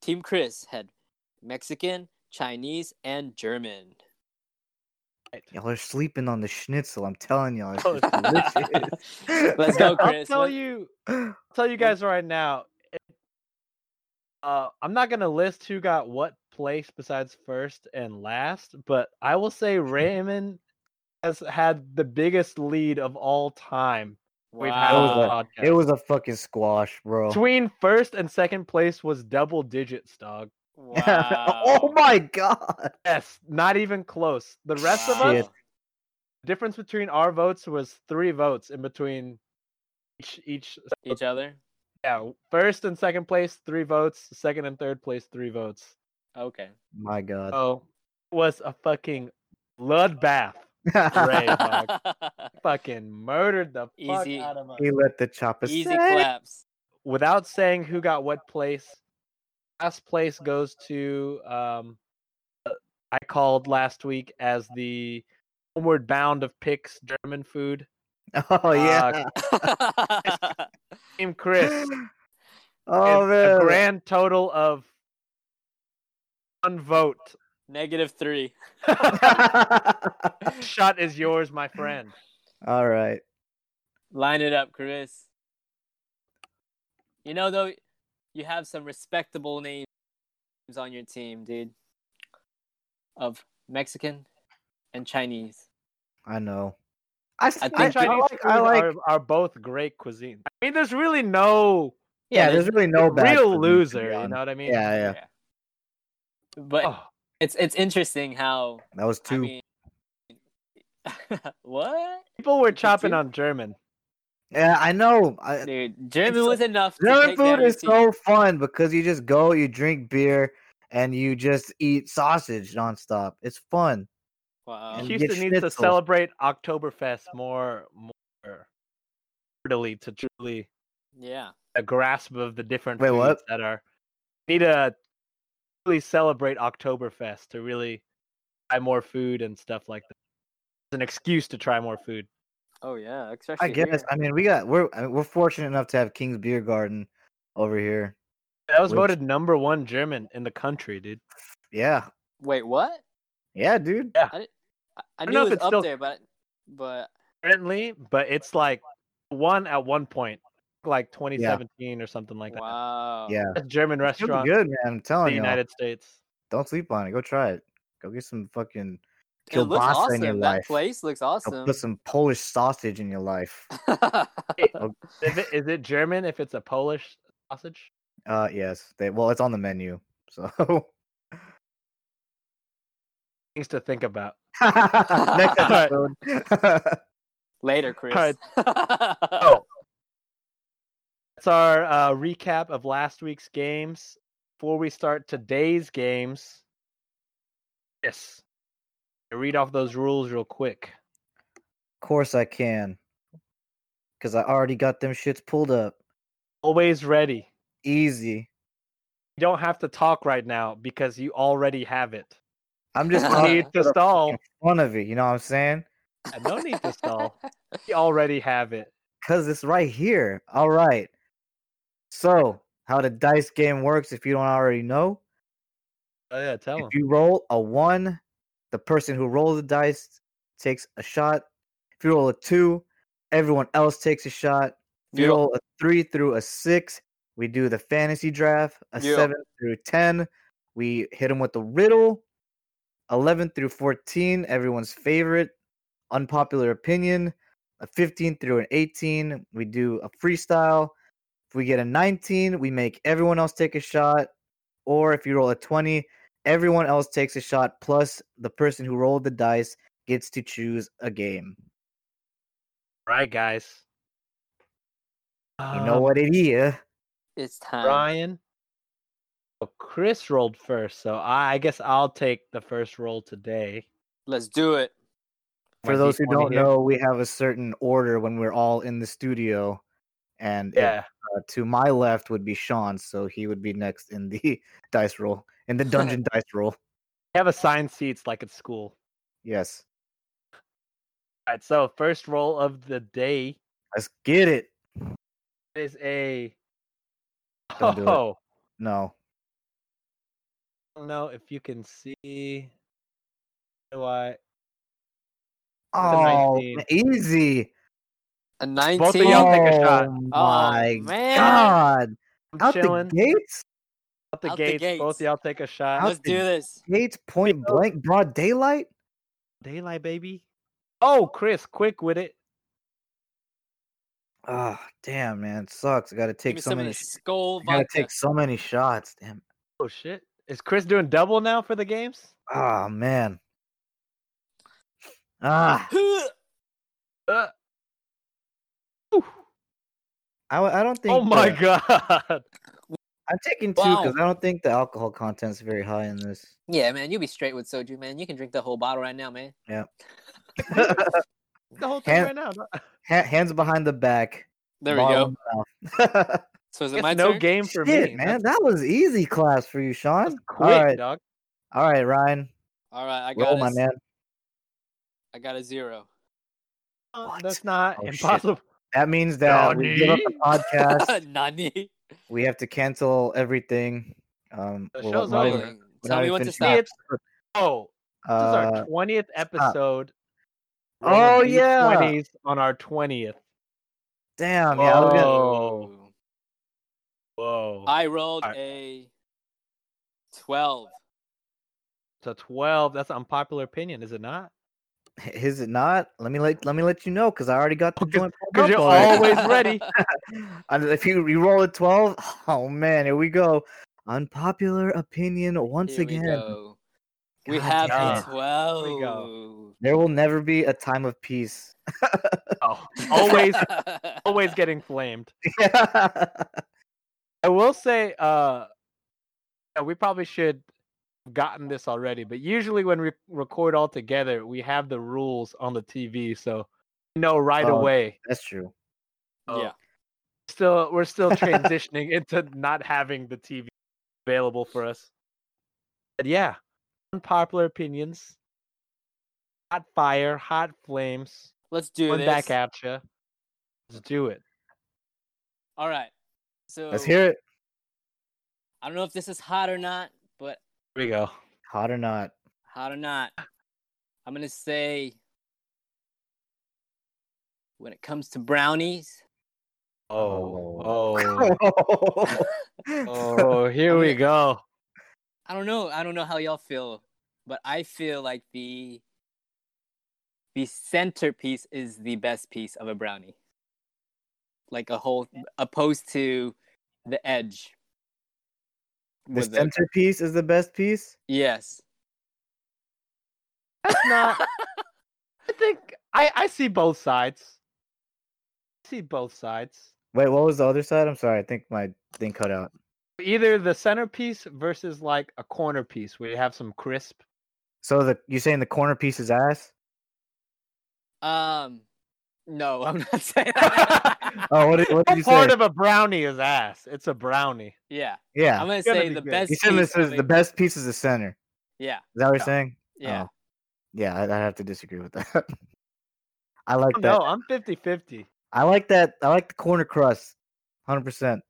Speaker 3: Team Chris had Mexican, Chinese, and German.
Speaker 1: y'all are sleeping on the schnitzel. I'm telling y'all. It's
Speaker 2: Oh,
Speaker 1: just
Speaker 2: [LAUGHS]
Speaker 1: delicious. [LAUGHS]
Speaker 3: Let's go,
Speaker 2: I'll
Speaker 3: Chris,
Speaker 2: tell
Speaker 1: [GASPS]
Speaker 3: what-
Speaker 2: you. I'll tell you guys right now. it- uh, I'm not gonna list who got what place besides first and last, but I will
Speaker 1: [LAUGHS]
Speaker 2: say Raymond has had the biggest lead of all time. We've had on the
Speaker 1: Wow.
Speaker 2: podcast.
Speaker 1: It was a fucking squash, bro.
Speaker 2: between first and second place was double digits, dog. [LAUGHS]
Speaker 3: Wow.
Speaker 1: [LAUGHS] oh my god.
Speaker 2: Yes, not even close. The rest of us,
Speaker 1: Shit.
Speaker 2: the difference between our votes was three votes in between each each
Speaker 3: Each other?
Speaker 2: yeah, first and second place, three votes, second and third place, three votes.
Speaker 3: Okay.
Speaker 1: My god.
Speaker 2: Oh, it was a fucking bloodbath.
Speaker 1: [LAUGHS]
Speaker 2: Ray, dog. fucking murdered the fuck
Speaker 3: Easy-
Speaker 2: out of us.
Speaker 1: he let the chopper
Speaker 3: [LAUGHS] Easy
Speaker 1: sit.
Speaker 3: claps.
Speaker 2: Without saying who got what place, last place goes to um uh, I called last week as the homeward bound of picks German food.
Speaker 1: [LAUGHS] Oh yeah.
Speaker 2: Uh, Team Chris.
Speaker 1: [GASPS] oh
Speaker 2: and
Speaker 1: man.
Speaker 2: A grand total of one vote.
Speaker 3: [LAUGHS]
Speaker 1: [LAUGHS]
Speaker 3: Negative three.
Speaker 2: Shot is yours, my friend.
Speaker 1: All right.
Speaker 3: Line it up, Chris. You know, though, you have some respectable names on your team, dude, of Mexican and Chinese.
Speaker 1: I know. I, s-
Speaker 3: I
Speaker 1: I,
Speaker 3: think
Speaker 1: I,
Speaker 3: Chinese
Speaker 1: like. I like.
Speaker 2: are, are both great cuisine. I mean, there's really no
Speaker 1: yeah, there's really no bad food, to
Speaker 2: real
Speaker 1: be
Speaker 2: loser. You
Speaker 1: honest.
Speaker 2: know what I mean?
Speaker 1: Yeah, yeah.
Speaker 3: But
Speaker 2: Oh,
Speaker 3: it's it's interesting how
Speaker 1: That was two.
Speaker 3: I mean, [LAUGHS] what,
Speaker 2: people were chopping
Speaker 3: too.
Speaker 2: on German.
Speaker 1: yeah, I know. I,
Speaker 3: dude? German
Speaker 1: It's-
Speaker 3: was enough. to
Speaker 1: German
Speaker 3: take down
Speaker 1: food
Speaker 3: your
Speaker 1: is
Speaker 3: team.
Speaker 1: so fun because you just go, you drink beer, and you just eat sausage nonstop. It's fun.
Speaker 3: Wow.
Speaker 1: And you get
Speaker 2: Houston needs to
Speaker 1: schnitzels.
Speaker 2: celebrate Oktoberfest more, more heartily to truly
Speaker 3: Yeah.
Speaker 2: a grasp of the different
Speaker 1: Wait,
Speaker 2: foods
Speaker 1: what?
Speaker 2: that are. Need to really celebrate Oktoberfest to really try more food and stuff like that. It's an excuse to try more food.
Speaker 3: Oh yeah.
Speaker 1: I
Speaker 3: Especially
Speaker 1: guess.
Speaker 3: here.
Speaker 1: I mean, we got we're I mean, we're fortunate enough to have King's Beer Garden over here.
Speaker 2: That was
Speaker 1: Which-
Speaker 2: voted number one German in the country, dude.
Speaker 1: Yeah,
Speaker 3: Wait, what?
Speaker 1: yeah, dude.
Speaker 3: I, I
Speaker 2: don't
Speaker 3: knew
Speaker 2: know
Speaker 3: it
Speaker 2: if
Speaker 3: was
Speaker 2: it's
Speaker 3: up
Speaker 2: still-
Speaker 3: there, but but
Speaker 2: Currently, but it's like one at one point, like 2017 or something like that.
Speaker 3: wow.
Speaker 1: Yeah,
Speaker 2: Best German
Speaker 1: It's really
Speaker 2: restaurant in
Speaker 1: good, man. I'm
Speaker 2: the
Speaker 1: telling you.
Speaker 2: United States.
Speaker 1: Don't sleep on it. Go try it. Go get some fucking
Speaker 3: It looks
Speaker 1: kielbasa
Speaker 3: awesome.
Speaker 1: in your
Speaker 3: that
Speaker 1: life.
Speaker 3: place looks
Speaker 1: Go
Speaker 3: awesome.
Speaker 1: put some Polish sausage in your life.
Speaker 2: Is it, is it German if it's a Polish sausage?
Speaker 1: Uh, yes. They, well, it's on the menu, so [LAUGHS]
Speaker 2: Things to think about.
Speaker 3: [LAUGHS]
Speaker 1: next
Speaker 2: Alright.
Speaker 1: episode.
Speaker 3: [LAUGHS]
Speaker 1: [LAUGHS]
Speaker 3: Later, Chris.
Speaker 2: Alright. Oh. That's our uh, recap of last week's games. Before we start today's games, yes, read off those rules real quick.
Speaker 1: course I can. Because I already got them shits pulled up.
Speaker 2: Always ready.
Speaker 1: Easy.
Speaker 2: You don't have to talk right now because you already have it.
Speaker 1: I'm just
Speaker 2: No [LAUGHS]
Speaker 3: Uh,
Speaker 1: talking
Speaker 2: need to stall.
Speaker 1: fun of it. You know what I'm saying?
Speaker 2: Yeah, No need to
Speaker 1: [LAUGHS]
Speaker 2: stall. You already have it.
Speaker 1: Because it's right here. All right. So, how the dice game works, if you don't already know,
Speaker 2: Oh yeah, tell him.
Speaker 1: if you roll a one, the person who rolls the dice takes a shot. If you roll a two, everyone else takes a shot. If you
Speaker 3: [LAUGHS] Beautiful.
Speaker 1: roll a three through a six, we do the fantasy draft. A
Speaker 3: Yeah.
Speaker 1: seven through ten, we hit them with the riddle. Eleven through fourteen, everyone's favorite unpopular opinion. A fifteen through an eighteen, we do a freestyle. If we get a nineteen, we make everyone else take a shot. Or if you roll a twenty, everyone else takes a shot plus the person who rolled the dice gets to choose a game.
Speaker 2: Right, guys.
Speaker 1: You
Speaker 2: Uh, Um,
Speaker 1: know what it is.
Speaker 3: It's time.
Speaker 2: Ryan? Oh, uh, Chris rolled first, so I, I guess I'll take the first roll today.
Speaker 3: Let's do it.
Speaker 1: For
Speaker 2: My
Speaker 1: those who
Speaker 2: D20
Speaker 1: don't
Speaker 2: here.
Speaker 1: know, we have a certain order when we're all in the studio, and if,
Speaker 2: yeah,
Speaker 1: uh, to my left would be Sean, so he would be next in the [LAUGHS] dice roll in the dungeon dice roll.
Speaker 2: have assigned seats like at school.
Speaker 1: Yes,
Speaker 2: All right, so first roll of the day
Speaker 1: let's get it.
Speaker 2: is a.
Speaker 1: [LAUGHS] Don't do it.
Speaker 2: oh,
Speaker 1: No,
Speaker 2: I don't know if you can see. Do I?
Speaker 1: oh,
Speaker 2: 19.
Speaker 1: easy.
Speaker 3: A 19.
Speaker 2: Both of y'all take a shot.
Speaker 1: Oh
Speaker 3: Oh,
Speaker 1: my
Speaker 3: man.
Speaker 1: god!
Speaker 2: I'm
Speaker 1: Out
Speaker 2: chilling.
Speaker 1: the gates,
Speaker 2: out the
Speaker 3: out the
Speaker 2: gates. Both
Speaker 3: gates.
Speaker 2: of y'all take a shot.
Speaker 1: Out
Speaker 3: Let's
Speaker 1: the-
Speaker 3: do this.
Speaker 1: gates point
Speaker 2: Yo.
Speaker 1: blank, broad daylight.
Speaker 2: Daylight, baby. Oh, Chris, quick with it.
Speaker 1: Ah, damn, man, sucks. I gotta
Speaker 3: Give
Speaker 1: take
Speaker 3: me
Speaker 1: so
Speaker 3: some of
Speaker 1: many.
Speaker 3: this
Speaker 1: sh-
Speaker 3: skull
Speaker 1: I gotta
Speaker 3: vodka.
Speaker 1: take so many shots. Damn.
Speaker 2: Oh shit! Is Chris doing double now for the games?
Speaker 1: Ah, man. Ah,
Speaker 2: Uh. Ooh.
Speaker 1: I, I don't think.
Speaker 2: Oh my
Speaker 1: that-
Speaker 2: god!
Speaker 1: I'm taking two
Speaker 3: Wow.
Speaker 1: because I don't think the alcohol content's very high in this.
Speaker 3: [LAUGHS] yeah, man, you be straight with soju, man. You can drink the whole bottle right now, man.
Speaker 2: The whole thing
Speaker 1: Hand-
Speaker 2: right now.
Speaker 1: Ha- hands behind the back.
Speaker 3: There we
Speaker 1: bottle
Speaker 3: go.
Speaker 1: in the mouth. [LAUGHS]
Speaker 3: So is it
Speaker 2: It's
Speaker 3: my
Speaker 2: no
Speaker 3: turn?
Speaker 2: game for
Speaker 1: Shit,
Speaker 2: me.
Speaker 1: man, that was easy class for you,
Speaker 2: That's
Speaker 1: Sean.
Speaker 2: quick,
Speaker 1: all right,
Speaker 2: dog.
Speaker 1: all right, Ryan,
Speaker 3: All right, I got
Speaker 1: roll
Speaker 3: a,
Speaker 1: my man.
Speaker 3: I got a zero.
Speaker 2: Uh,
Speaker 1: What?
Speaker 2: That's not
Speaker 1: Oh, shit.
Speaker 2: impossible.
Speaker 1: That means that we give up
Speaker 2: [LAUGHS]
Speaker 1: the podcast.
Speaker 3: [LAUGHS] Nani.
Speaker 1: we have to cancel everything. Um,
Speaker 2: The
Speaker 1: we're
Speaker 2: show's
Speaker 1: not
Speaker 2: over.
Speaker 1: even-
Speaker 3: Rolling.
Speaker 1: we're
Speaker 3: Tell
Speaker 1: not
Speaker 3: me
Speaker 1: even
Speaker 3: when to
Speaker 1: finishing
Speaker 3: stop.
Speaker 1: up.
Speaker 2: It's- Oh, this is
Speaker 1: Uh,
Speaker 2: our twentieth episode. We're
Speaker 1: Oh,
Speaker 2: doing
Speaker 1: yeah.
Speaker 2: D20s on our twentieth.
Speaker 1: damn, yeah, I was gonna-
Speaker 2: Oh. Whoa!
Speaker 3: I rolled
Speaker 2: Alright.
Speaker 3: a 12.
Speaker 2: So twelve. That's unpopular opinion, is it not?
Speaker 1: is it not? Let me let let me let you know because I already got the
Speaker 2: Because
Speaker 1: joint.
Speaker 2: because
Speaker 1: pulled up
Speaker 2: you're
Speaker 1: already.
Speaker 3: [LAUGHS]
Speaker 2: always ready.
Speaker 1: And if you, you roll a twelve, oh man, here we go. Unpopular opinion once
Speaker 3: Here
Speaker 1: again.
Speaker 3: we go. We
Speaker 1: God
Speaker 3: have
Speaker 2: damn
Speaker 3: a
Speaker 2: it.
Speaker 3: 12.
Speaker 2: Here we go.
Speaker 1: There will never be a time of peace.
Speaker 2: [LAUGHS]
Speaker 1: [LAUGHS]
Speaker 2: Oh, always,
Speaker 3: [LAUGHS]
Speaker 2: always getting flamed. I will say, uh, uh, we probably should have gotten this already, but usually when we record all together, we have the rules on the TV, so we know right
Speaker 1: Oh.
Speaker 2: away.
Speaker 1: That's true.
Speaker 2: Oh.
Speaker 3: Yeah.
Speaker 2: Still, we're
Speaker 3: [LAUGHS]
Speaker 2: still transitioning into not having the TV available for us. But yeah, unpopular opinions, hot fire, hot flames,
Speaker 3: Let's do
Speaker 2: one
Speaker 3: this.
Speaker 2: back at ya. Let's do it.
Speaker 3: All right. So
Speaker 1: Let's hear it.
Speaker 3: I don't know if this is hot or not, but
Speaker 2: Here we go.
Speaker 1: Hot or not?
Speaker 3: hot or not, I'm going to say when it comes to brownies,
Speaker 2: Oh, oh,
Speaker 1: [LAUGHS] oh.
Speaker 2: oh, here we
Speaker 3: Okay.
Speaker 2: go.
Speaker 3: I don't know. I don't know how y'all feel, but I feel like the the centerpiece is the best piece of a brownie. Like a whole opposed to the edge.
Speaker 1: The
Speaker 3: With the-
Speaker 1: centerpiece is the best piece.
Speaker 3: yes.
Speaker 2: That's not. I think I I see both sides. I see both sides.
Speaker 1: Wait, what was the other side? I'm sorry. I think my thing cut out.
Speaker 2: Either the centerpiece versus like a corner piece where you have some [LAUGHS] crisp.
Speaker 1: So the you saying the corner piece is ass?
Speaker 3: Um no, [LAUGHS] I'm
Speaker 1: [LAUGHS]
Speaker 3: not saying that.
Speaker 1: Oh, what did, what did
Speaker 2: What
Speaker 1: you
Speaker 2: part
Speaker 1: say?
Speaker 2: of a brownie is ass? It's a brownie.
Speaker 3: yeah.
Speaker 1: yeah,
Speaker 3: I'm gonna
Speaker 2: gotta
Speaker 3: say
Speaker 2: be
Speaker 3: the
Speaker 2: good.
Speaker 3: best
Speaker 1: you said this
Speaker 3: piece
Speaker 1: is
Speaker 3: of
Speaker 1: the
Speaker 3: it-
Speaker 1: best piece is the center. Is
Speaker 3: Yeah.
Speaker 1: that what you're
Speaker 2: Yeah.
Speaker 1: saying?
Speaker 3: Yeah.
Speaker 1: Oh. Yeah, I, I have to disagree with that. [LAUGHS] I like
Speaker 3: Oh,
Speaker 1: that.
Speaker 2: No, I'm 50-50.
Speaker 1: I like that. I like the corner crust, hundred percent.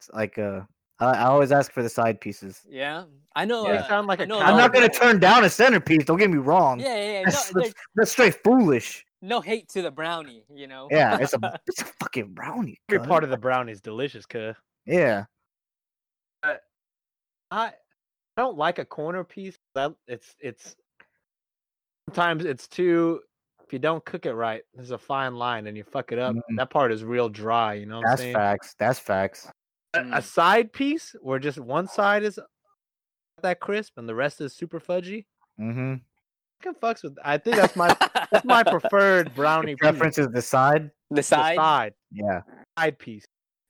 Speaker 1: It's like uh, I, I always ask for the side pieces.
Speaker 3: Yeah. I know
Speaker 2: You
Speaker 3: uh,
Speaker 2: sound like a.
Speaker 3: I know a
Speaker 2: coward.
Speaker 3: lot
Speaker 1: I'm not gonna
Speaker 3: yeah.
Speaker 1: turn down a centerpiece. Don't get me wrong.
Speaker 3: Yeah, yeah, yeah.
Speaker 1: that's, [LAUGHS]
Speaker 3: No,
Speaker 1: that's,
Speaker 3: there's
Speaker 1: that's straight foolish.
Speaker 3: no hate to the brownie, you know.
Speaker 1: Yeah, it's a it's a fucking brownie.
Speaker 2: Every
Speaker 1: cunt.
Speaker 2: part of the brownie is delicious, cuh.
Speaker 1: yeah,
Speaker 2: I I don't like a corner piece. That it's it's sometimes it's too. If you don't cook it right, there's a fine line, and you fuck it up.
Speaker 1: Mhm.
Speaker 2: That part is real dry. You know what I'm
Speaker 1: that's Mm-hmm.
Speaker 2: saying?
Speaker 1: facts. That's facts.
Speaker 2: A, a
Speaker 3: Mm.
Speaker 2: side piece where just one side is that crisp and the rest is super fudgy.
Speaker 1: Mm-hmm.
Speaker 2: fucking fucks with. I think that's my that's
Speaker 3: [LAUGHS]
Speaker 2: my
Speaker 1: [LAUGHS]
Speaker 2: preferred brownie
Speaker 1: Your preference is the side.
Speaker 2: piece.
Speaker 3: the
Speaker 2: The
Speaker 3: side.
Speaker 2: side
Speaker 1: Yeah.
Speaker 2: side piece.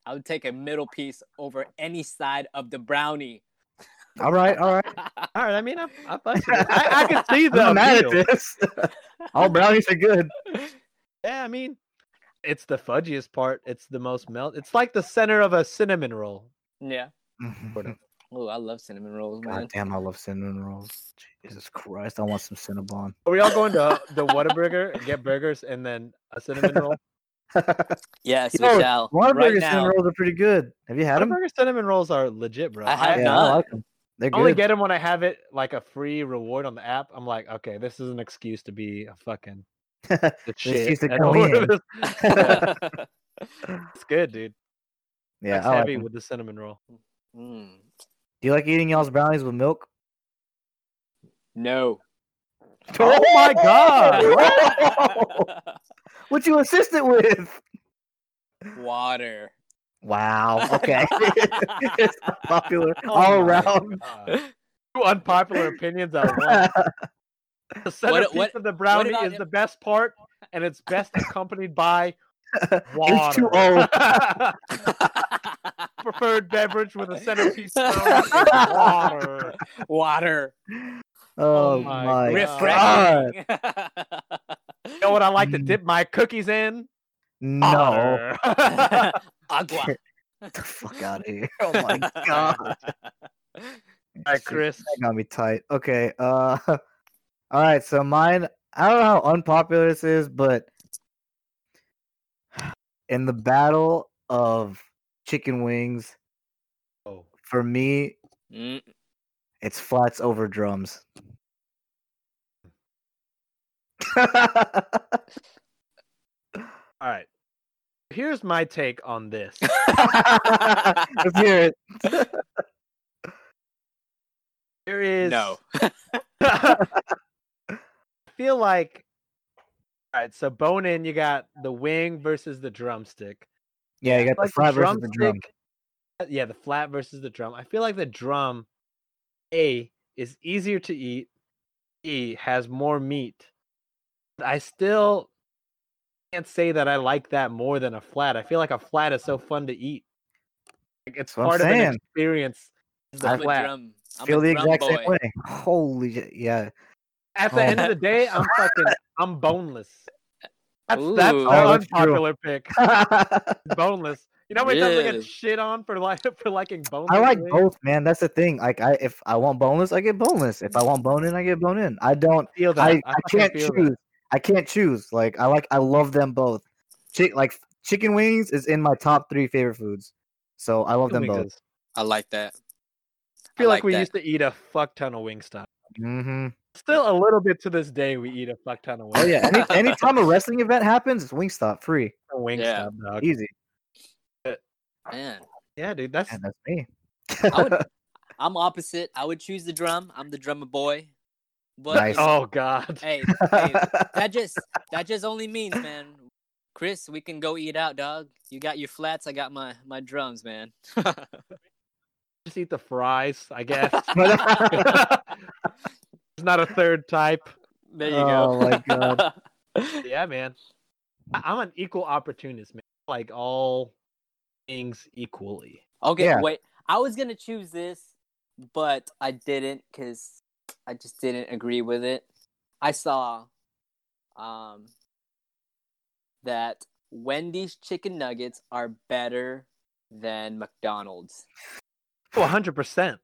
Speaker 3: I would take a middle piece over any side of the brownie. [LAUGHS]
Speaker 1: All right. All right.
Speaker 2: All right, I mean, I, I, fucks with it. I, I
Speaker 1: [LAUGHS]
Speaker 2: can see
Speaker 1: I'm
Speaker 2: the
Speaker 1: not mad
Speaker 2: appeal.
Speaker 1: at this. [LAUGHS] All brownies are good.
Speaker 2: Yeah, I mean, it's the fudgiest part. It's the most melt. It's like the center of a cinnamon roll.
Speaker 3: yeah.
Speaker 2: Sort of.
Speaker 3: Oh, I love cinnamon rolls, man.
Speaker 1: [LAUGHS] God damn, I love cinnamon rolls. Jesus Christ, I want some Cinnabon.
Speaker 2: Are we all going to uh, the Whataburger and get burgers and then a cinnamon
Speaker 1: [LAUGHS]
Speaker 2: roll?
Speaker 3: Yes,
Speaker 1: Yo,
Speaker 3: we shall.
Speaker 1: Whataburger
Speaker 3: right now.
Speaker 1: cinnamon rolls are pretty good. Have you had them?
Speaker 2: Whataburger cinnamon rolls are legit, bro.
Speaker 3: I have
Speaker 2: I
Speaker 1: yeah, I
Speaker 3: not.
Speaker 1: like them. They're good.
Speaker 2: only get them when I have it like a free reward on the app. I'm like, okay, this is an excuse to be a
Speaker 1: [LAUGHS]
Speaker 2: fucking the shit.
Speaker 1: excuse to
Speaker 2: and [LAUGHS]
Speaker 1: go
Speaker 2: order
Speaker 1: in.
Speaker 2: this.
Speaker 3: [LAUGHS] Mm.
Speaker 2: It's good, dude.
Speaker 1: yeah,
Speaker 2: it's
Speaker 1: I like
Speaker 2: heavy
Speaker 1: 'em.
Speaker 2: with the cinnamon
Speaker 1: [LAUGHS]
Speaker 2: roll.
Speaker 3: Hmm.
Speaker 1: Do you like eating y'all's brownies with milk? [LAUGHS]
Speaker 3: no.
Speaker 2: Oh [LAUGHS] my
Speaker 1: Whoa! what you assistant with? [LAUGHS]
Speaker 3: Water.
Speaker 1: Wow. Okay. it's not popular
Speaker 3: Oh
Speaker 1: all
Speaker 3: my
Speaker 1: around.
Speaker 2: Uh, two unpopular opinions out of one.
Speaker 3: [LAUGHS]
Speaker 2: The centerpiece
Speaker 3: what-
Speaker 2: of the brownie
Speaker 3: about
Speaker 2: is
Speaker 3: if-
Speaker 2: the best part, and it's best accompanied
Speaker 1: [LAUGHS]
Speaker 2: by water.
Speaker 1: H2O.
Speaker 2: [LAUGHS] Preferred beverage with a
Speaker 3: [LAUGHS]
Speaker 2: centerpiece brownie is water.
Speaker 3: Water.
Speaker 1: Oh,
Speaker 2: my
Speaker 1: my,
Speaker 2: God.
Speaker 1: God.
Speaker 3: Refreshing.
Speaker 2: You know what I like to
Speaker 1: Mm.
Speaker 2: dip my cookies in? [LAUGHS]
Speaker 1: No.
Speaker 2: Water.
Speaker 3: [LAUGHS] Agua.
Speaker 1: Get the fuck out of here. [LAUGHS] Oh [LAUGHS] my God.
Speaker 2: All right, Chris.
Speaker 1: That got me tight. Okay. Uh, [LAUGHS] all right. So mine. I don't know how unpopular this is, but [SIGHS] in the battle of chicken wings,
Speaker 2: Oh,
Speaker 1: for me, [LAUGHS]
Speaker 3: Mm,
Speaker 1: it's flats
Speaker 2: [LAUGHS]
Speaker 1: over drums.
Speaker 2: All right. Here's my take on this.
Speaker 1: Let's hear it.
Speaker 2: There is [LAUGHS]
Speaker 3: no.
Speaker 2: I feel like all right, so bone in you got the wing versus the drumstick.
Speaker 1: Yeah, you got
Speaker 2: Like
Speaker 1: the flat versus the drum.
Speaker 2: drumstick- uh, Yeah, the flat versus the drum. I feel like the drum A is easier to eat. E has more meat. But I still can't say that I like that more than a flat. I feel like a flat is so fun to eat. Like it's
Speaker 1: That's what I'm
Speaker 2: part of an
Speaker 1: saying.
Speaker 2: experience. is The
Speaker 3: I'm a
Speaker 2: flat.
Speaker 3: drum. I'm
Speaker 1: Feel
Speaker 3: a
Speaker 1: the
Speaker 3: drum
Speaker 1: exact
Speaker 3: boy.
Speaker 1: same way. Holy shit,
Speaker 2: [LAUGHS]
Speaker 1: yeah.
Speaker 2: At the
Speaker 1: Oh.
Speaker 2: end of the day, I'm fucking I'm boneless. That's that's
Speaker 3: Ooh.
Speaker 2: the
Speaker 1: Oh, that's true.
Speaker 2: unpopular pick. Boneless. You know how many times I
Speaker 3: Really?
Speaker 2: get shit on for like [LAUGHS] for liking boneless?
Speaker 1: I like
Speaker 2: wings?
Speaker 1: both, man. That's the thing. Like, I if I want boneless, I get boneless. If I want bone in, I get bone in. I don't.
Speaker 2: Feel that.
Speaker 1: I, I
Speaker 2: fucking
Speaker 1: can't
Speaker 2: feel
Speaker 1: choose.
Speaker 2: that.
Speaker 1: I can't choose. Like, I like. I love them both. Chick like chicken wings is in my top three favorite foods. So I love
Speaker 2: Chicken
Speaker 1: them
Speaker 2: wings
Speaker 1: both.
Speaker 2: is-
Speaker 3: I like that.
Speaker 2: I feel
Speaker 3: I
Speaker 2: like,
Speaker 3: like
Speaker 2: we
Speaker 3: that.
Speaker 2: used to eat a fuck ton of Wingstop.
Speaker 1: hmm
Speaker 2: Still a little bit to this day we eat a fuck ton of Wingstop. [LAUGHS]
Speaker 1: Oh yeah. Any anytime a wrestling event happens, it's Wingstop free,
Speaker 2: Wingstop,
Speaker 3: Yeah.
Speaker 2: dog.
Speaker 1: easy.
Speaker 3: Man,
Speaker 2: Yeah, dude. That's
Speaker 1: And that's me.
Speaker 3: I would, I'm opposite. I would choose the drum. I'm the drummer boy. But
Speaker 1: Nice.
Speaker 3: it's-
Speaker 2: oh god. [LAUGHS]
Speaker 3: hey, hey,
Speaker 1: [LAUGHS]
Speaker 3: that just that just only means, man. Chris, we can go eat out, dog. You got your flats. I got my my drums, man.
Speaker 2: Just eat the fries, I guess. [LAUGHS]
Speaker 1: [LAUGHS]
Speaker 3: there
Speaker 2: it's not a third type.
Speaker 3: you
Speaker 1: Oh,
Speaker 3: go.
Speaker 1: my
Speaker 3: [LAUGHS]
Speaker 1: God.
Speaker 2: Yeah, man. I- I'm an equal opportunist, man. Like all things equally.
Speaker 3: okay,
Speaker 1: Yeah.
Speaker 3: wait. I was gonna choose this, but I didn't because I just didn't agree with it. I saw um that Wendy's chicken nuggets are better than McDonald's.
Speaker 2: Oh, 100%.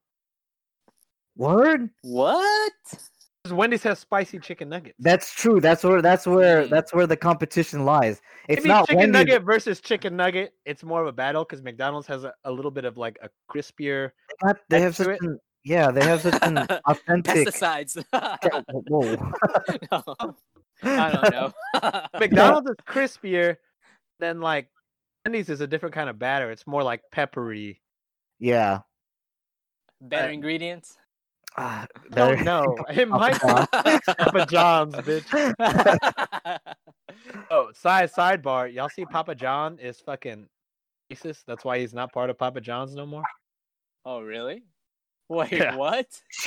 Speaker 1: Word.
Speaker 3: What?
Speaker 2: 'Cause Wendy's has spicy chicken nuggets.
Speaker 1: That's true. That's
Speaker 2: [LAUGHS]
Speaker 1: where. That's where.
Speaker 3: Mm.
Speaker 1: That's where the competition lies. It's
Speaker 2: If you
Speaker 1: not
Speaker 2: chicken
Speaker 1: Wendy's.
Speaker 2: nugget versus chicken nugget, it's more of a battle because McDonald's has a, a little bit of like a crispier.
Speaker 1: God, they have
Speaker 2: next to
Speaker 1: such
Speaker 2: it.
Speaker 1: an, yeah, they have
Speaker 2: [LAUGHS]
Speaker 1: such an authentic.
Speaker 3: [LAUGHS] Pesticides.
Speaker 1: ca- [LAUGHS] Whoa.
Speaker 3: No, I don't know. [LAUGHS]
Speaker 2: McDonald's is crispier than like Wendy's is a different kind of batter. It's more like peppery.
Speaker 1: [LAUGHS] Yeah.
Speaker 3: better ingredients.
Speaker 1: Ah,
Speaker 2: No,
Speaker 1: [LAUGHS] better-
Speaker 2: no, it might be [LAUGHS] Papa
Speaker 3: [LAUGHS]
Speaker 2: John's, bitch. Oh, side sidebar. Y'all see Papa John is fucking racist. That's why he's not part of Papa John's no more.
Speaker 3: oh really? Wait,
Speaker 2: Yeah.
Speaker 3: what?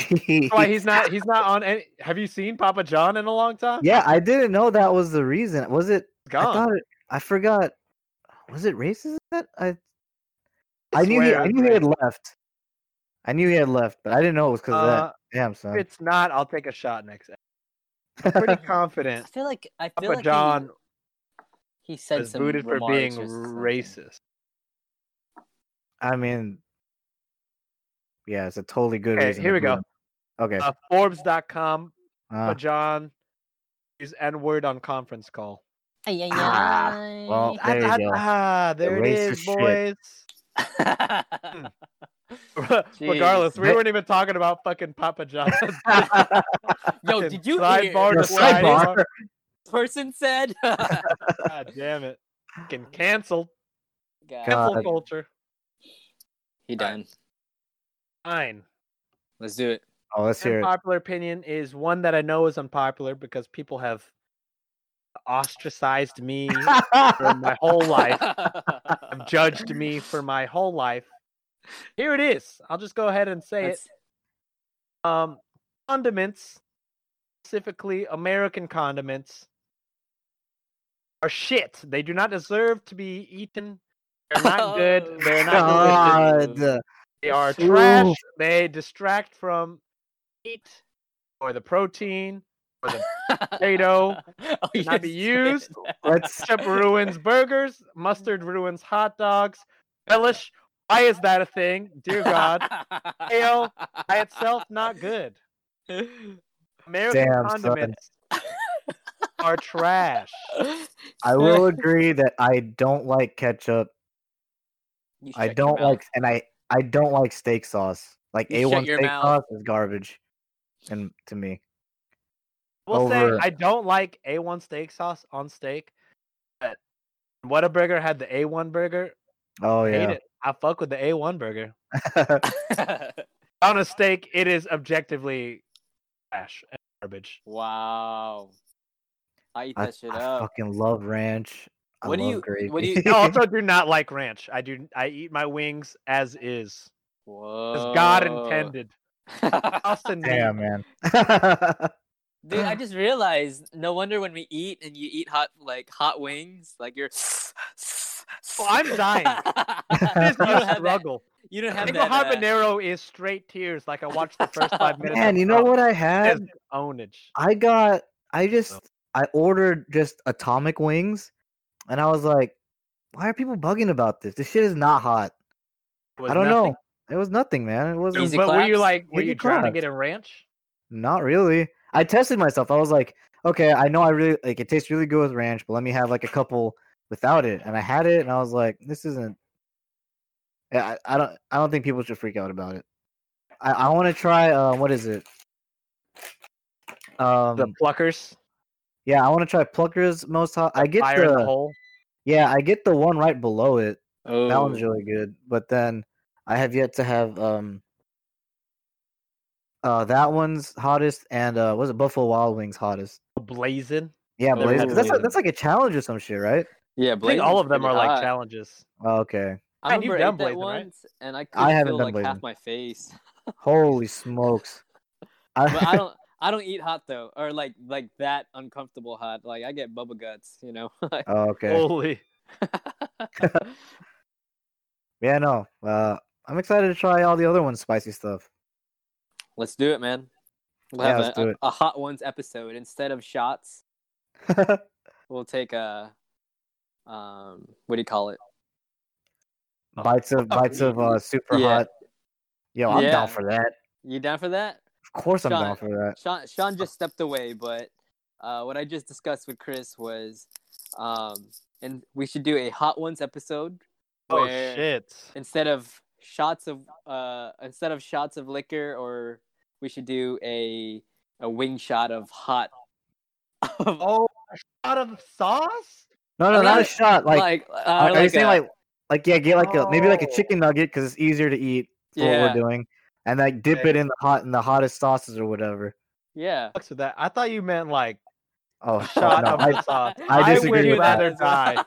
Speaker 2: That's why he's not he's not on any have you seen Papa John in a long time?
Speaker 1: yeah, I didn't know that was the reason. Was it?
Speaker 2: He's
Speaker 1: I
Speaker 2: gone.
Speaker 1: thought it. I forgot. Was it racism? That I.
Speaker 2: I
Speaker 1: I knew he.
Speaker 2: swear
Speaker 1: I
Speaker 2: it was
Speaker 1: knew he had left. I knew he had left, but I didn't know it was because of
Speaker 2: Uh,
Speaker 1: that. Damn
Speaker 2: if
Speaker 1: son.
Speaker 2: it's not, I'll take a shot next. episode.
Speaker 1: [LAUGHS]
Speaker 2: I'm pretty confident
Speaker 3: I feel like I feel
Speaker 2: Papa
Speaker 3: like
Speaker 2: John
Speaker 3: he, he said
Speaker 2: was
Speaker 3: some
Speaker 2: booted for
Speaker 3: remarks
Speaker 2: being
Speaker 3: or something.
Speaker 2: racist.
Speaker 1: I mean, yeah, it's a totally good
Speaker 2: Okay,
Speaker 1: reason.
Speaker 2: here
Speaker 1: to
Speaker 2: we
Speaker 1: do
Speaker 2: go.
Speaker 1: it. Okay.
Speaker 2: Uh, Forbes.com,
Speaker 1: uh,
Speaker 2: Papa [LAUGHS] John is N word on conference call.
Speaker 3: Ay, ay,
Speaker 1: Ah,
Speaker 3: ay. [LAUGHS]
Speaker 1: well,
Speaker 2: Ah,
Speaker 1: There you
Speaker 2: ah,
Speaker 1: go.
Speaker 2: ah, there it
Speaker 1: racist
Speaker 2: is,
Speaker 1: shit.
Speaker 2: boys. [LAUGHS] Hmm. Regardless, we
Speaker 1: Hey-
Speaker 2: weren't even talking about fucking Papa
Speaker 1: [LAUGHS]
Speaker 2: John's.
Speaker 3: [LAUGHS] Yo,
Speaker 2: Fucking
Speaker 3: did you hear
Speaker 2: sidebar
Speaker 1: No,
Speaker 2: to
Speaker 3: what
Speaker 2: sidebar.
Speaker 3: this
Speaker 1: sidebar.
Speaker 3: person said? [LAUGHS]
Speaker 2: God damn it. Fucking canceled.
Speaker 3: God,
Speaker 2: Cancel
Speaker 1: God.
Speaker 2: culture.
Speaker 3: he done.
Speaker 2: Fine.
Speaker 3: Let's do
Speaker 2: [LAUGHS]
Speaker 3: it.
Speaker 1: Oh, let's hear it. [LAUGHS]
Speaker 2: Unpopular opinion is one that I know is unpopular because people have ostracized me for my whole
Speaker 3: [LAUGHS]
Speaker 2: life, have judged me for my whole life. Here it is. I'll just go ahead and say
Speaker 3: Let's-
Speaker 2: it. Um, condiments, specifically American condiments, are shit. They do not deserve to be eaten. They're not good. They're not delicious.
Speaker 1: God. uh,
Speaker 2: They are
Speaker 1: Ooh.
Speaker 2: trash. They distract from meat or the protein. [LAUGHS]
Speaker 3: [LAUGHS]
Speaker 2: Potato
Speaker 3: Oh,
Speaker 2: should not be
Speaker 3: yes, [LAUGHS]
Speaker 2: used.
Speaker 1: Let's
Speaker 2: Ketchup ruins burgers. Mustard ruins hot dogs. Relish. Why is that a thing? Dear God. Ale By itself, not good. American
Speaker 1: Damn, son.
Speaker 2: condiments are trash.
Speaker 3: [LAUGHS]
Speaker 2: [LAUGHS]
Speaker 1: I will agree that I don't like ketchup.
Speaker 3: You
Speaker 1: I
Speaker 3: shut your
Speaker 1: don't
Speaker 3: mouth.
Speaker 1: like, and I I don't like steak sauce. Like
Speaker 3: You
Speaker 1: a
Speaker 3: shut
Speaker 1: one
Speaker 3: your
Speaker 1: steak
Speaker 3: mouth.
Speaker 1: sauce is garbage, and to me,
Speaker 2: We'll say
Speaker 1: Over-
Speaker 2: I don't like A1 steak sauce on steak, but Whataburger had the A1 burger.
Speaker 1: oh
Speaker 2: I hate
Speaker 1: yeah,
Speaker 2: it. I fuck with the A1 burger.
Speaker 3: [LAUGHS]
Speaker 2: on a steak, it is objectively trash and garbage.
Speaker 3: wow. I eat
Speaker 1: I,
Speaker 3: that shit
Speaker 1: I
Speaker 3: up.
Speaker 1: fucking love ranch. I
Speaker 3: What do
Speaker 1: love
Speaker 3: you-
Speaker 1: gravy.
Speaker 3: what do you- oh,
Speaker 2: I
Speaker 1: [LAUGHS]
Speaker 2: also do not like ranch. I do. I eat my wings as is,
Speaker 3: Whoa.
Speaker 2: as God
Speaker 3: Oh.
Speaker 2: intended.
Speaker 3: [LAUGHS]
Speaker 2: Us and
Speaker 1: Damn,
Speaker 2: me.
Speaker 1: man.
Speaker 2: [CLEARS THROAT]
Speaker 3: Dude, I just realized. No wonder when we eat and you eat hot like hot wings, like you're. [SNIFFS]
Speaker 2: Well, I'm dying.
Speaker 3: [LAUGHS]
Speaker 2: This
Speaker 3: you don't
Speaker 2: is a
Speaker 3: have that.
Speaker 2: struggle.
Speaker 3: You don't have
Speaker 2: Mango
Speaker 3: that. uh,
Speaker 2: habanero is straight tears. Like I watched the first five minutes.
Speaker 1: man,
Speaker 2: of
Speaker 1: you know
Speaker 2: Trump
Speaker 1: what I
Speaker 2: as
Speaker 1: had?
Speaker 2: Ownage.
Speaker 1: I got. I just. I ordered just atomic wings, and I was like, "Why are people bugging about this? This shit is not hot."
Speaker 2: It was
Speaker 1: I don't
Speaker 2: nothing.
Speaker 1: know. It was nothing, man. It wasn't.
Speaker 3: Easy
Speaker 2: but were you
Speaker 3: claps?
Speaker 2: like, were
Speaker 1: Easy
Speaker 2: you trying to
Speaker 1: claps.
Speaker 2: get a ranch?
Speaker 1: Not really. I tested myself. I was like, okay, I know I really like it tastes really good with ranch, but let me have like a couple without it. And I had it, and I was like, this isn't. Yeah, I, I don't. I don't think people should freak out about it. I, I want to try. Uh, what is it? Um.
Speaker 2: The pluckers,
Speaker 1: yeah, I want to try Plucker's most hot. I get
Speaker 2: fire in the
Speaker 1: the.
Speaker 2: hole.
Speaker 1: Yeah, I get the one right below it.
Speaker 3: Oh.
Speaker 1: That one's really good. But then I have yet to have um uh that one's hottest and uh was it Buffalo Wild Wings hottest?
Speaker 2: Blazing.
Speaker 1: Yeah,
Speaker 3: Never
Speaker 1: Blaze.
Speaker 3: had
Speaker 1: 'cause That's a,
Speaker 3: Blazing.
Speaker 1: that's like a challenge or some shit, right?
Speaker 3: Yeah,
Speaker 2: I think
Speaker 3: Blazing's
Speaker 2: all of them
Speaker 3: pretty
Speaker 2: are like
Speaker 3: hot.
Speaker 2: challenges.
Speaker 1: Oh, okay.
Speaker 3: I
Speaker 2: Man, you've
Speaker 3: remember
Speaker 2: done
Speaker 3: ate
Speaker 2: Blazing,
Speaker 3: that
Speaker 2: right?
Speaker 3: once, and I
Speaker 1: I
Speaker 3: couldn't
Speaker 1: haven't
Speaker 3: feel
Speaker 1: done
Speaker 3: like
Speaker 1: Blazing.
Speaker 3: half my
Speaker 1: [LAUGHS]
Speaker 3: face.
Speaker 1: Holy smokes! [LAUGHS] I,
Speaker 3: But I don't. I don't eat hot though, or like like that uncomfortable hot. Like I get bubble guts, you know. [LAUGHS]
Speaker 1: oh, okay.
Speaker 2: Holy.
Speaker 1: Yeah, no. Uh, I'm excited to try all the other ones, spicy stuff. [LAUGHS]
Speaker 3: let's do it, man. We'll
Speaker 1: Yeah,
Speaker 3: have
Speaker 1: let's
Speaker 3: a,
Speaker 1: do
Speaker 3: a-
Speaker 1: it.
Speaker 3: a hot ones episode instead of shots. We'll take a um, what do you call it?
Speaker 1: bites
Speaker 3: [LAUGHS]
Speaker 1: of bites of uh, super
Speaker 3: Yeah.
Speaker 1: hot. Yo, I'm
Speaker 3: Yeah.
Speaker 1: down for that.
Speaker 3: You down for that?
Speaker 1: Of course, I'm
Speaker 3: Sean,
Speaker 1: down for that.
Speaker 3: Sean, Sean just stepped away, but uh, what I just discussed with Chris was, um, and we should do a hot ones episode.
Speaker 2: Oh
Speaker 3: where-
Speaker 2: shit.
Speaker 3: instead of shots of uh instead of shots of liquor or we should do a a wing shot of hot of,
Speaker 2: Oh, a shot of sauce?
Speaker 1: No, no,
Speaker 3: I'm
Speaker 1: not a
Speaker 3: not-
Speaker 1: shot. Like,
Speaker 3: like, uh,
Speaker 1: are, are you
Speaker 3: like
Speaker 1: saying
Speaker 3: a-
Speaker 1: like, like yeah, get like a maybe like a
Speaker 2: Oh.
Speaker 1: chicken nugget because it's easier to eat for
Speaker 3: yeah
Speaker 1: what we're doing, and like dip
Speaker 2: Okay.
Speaker 1: it in the hot in the hottest sauces or whatever.
Speaker 3: yeah
Speaker 2: Fucks with that. I thought you meant like
Speaker 3: [LAUGHS]
Speaker 1: Oh,
Speaker 2: shot
Speaker 1: no,
Speaker 2: of
Speaker 1: I-
Speaker 2: the sauce.
Speaker 1: I disagree
Speaker 2: would
Speaker 1: with that.
Speaker 2: rather
Speaker 3: [LAUGHS]
Speaker 1: [LAUGHS]
Speaker 2: die.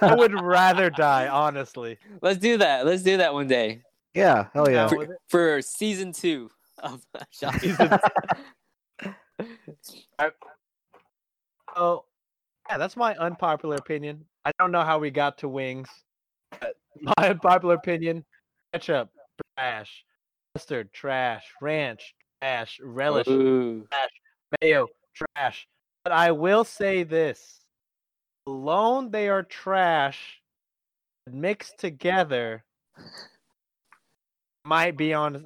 Speaker 2: I would rather die, honestly.
Speaker 3: let's do that let's do that one day
Speaker 1: Yeah, hell yeah.
Speaker 2: Down with it.
Speaker 3: for season two of [LAUGHS] Shocking.
Speaker 2: So, yeah, that's my unpopular opinion. I don't know how we got to wings. But [LAUGHS] my unpopular opinion: ketchup, trash, mustard, trash, ranch, trash, relish,
Speaker 3: Ooh.
Speaker 2: mayo, trash. But I will say this alone, they are trash. Mixed together, might be on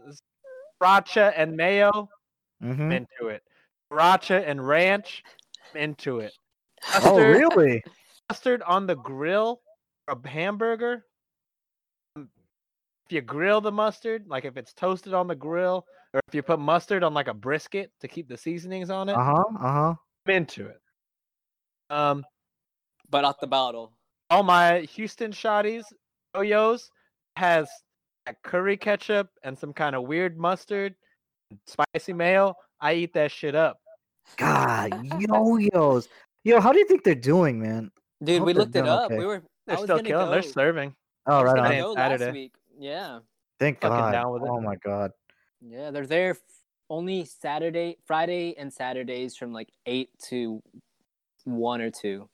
Speaker 2: sriracha and mayo. I'm
Speaker 3: [LAUGHS]
Speaker 1: Mhm.
Speaker 2: into it. Sriracha and ranch. I'm into it.
Speaker 1: Oh,
Speaker 2: Mustard-
Speaker 3: [LAUGHS]
Speaker 1: really?
Speaker 2: Mustard on the grill, for a hamburger. um, If you grill the mustard, like if it's toasted on the grill, or if you put mustard on like a brisket to keep the seasonings on it,
Speaker 1: Uh huh. Uh huh.
Speaker 2: Uh-huh. I'm into it. Um,
Speaker 3: But out the bottle.
Speaker 2: all my Houston shotties, yo-yos, has that curry ketchup and some kind of weird mustard, and spicy mayo. I eat that shit up.
Speaker 1: God, yo-yos. Yo, how do you think they're doing, man?
Speaker 3: Dude,
Speaker 1: Hope
Speaker 3: we
Speaker 1: they're
Speaker 3: looked it
Speaker 1: doing
Speaker 3: up.
Speaker 1: okay.
Speaker 3: We were I
Speaker 2: They're
Speaker 3: was
Speaker 2: still
Speaker 3: gonna
Speaker 2: killing.
Speaker 3: Go.
Speaker 2: They're serving.
Speaker 1: Oh, right
Speaker 3: I was
Speaker 1: on.
Speaker 3: gonna
Speaker 2: on.
Speaker 3: go
Speaker 2: Saturday.
Speaker 3: last week. Yeah.
Speaker 1: Thank
Speaker 2: fucking
Speaker 1: God.
Speaker 2: down with it.
Speaker 1: Oh my God.
Speaker 3: Yeah, they're there f- only Saturday, Friday, and Saturdays from like eight to one or two.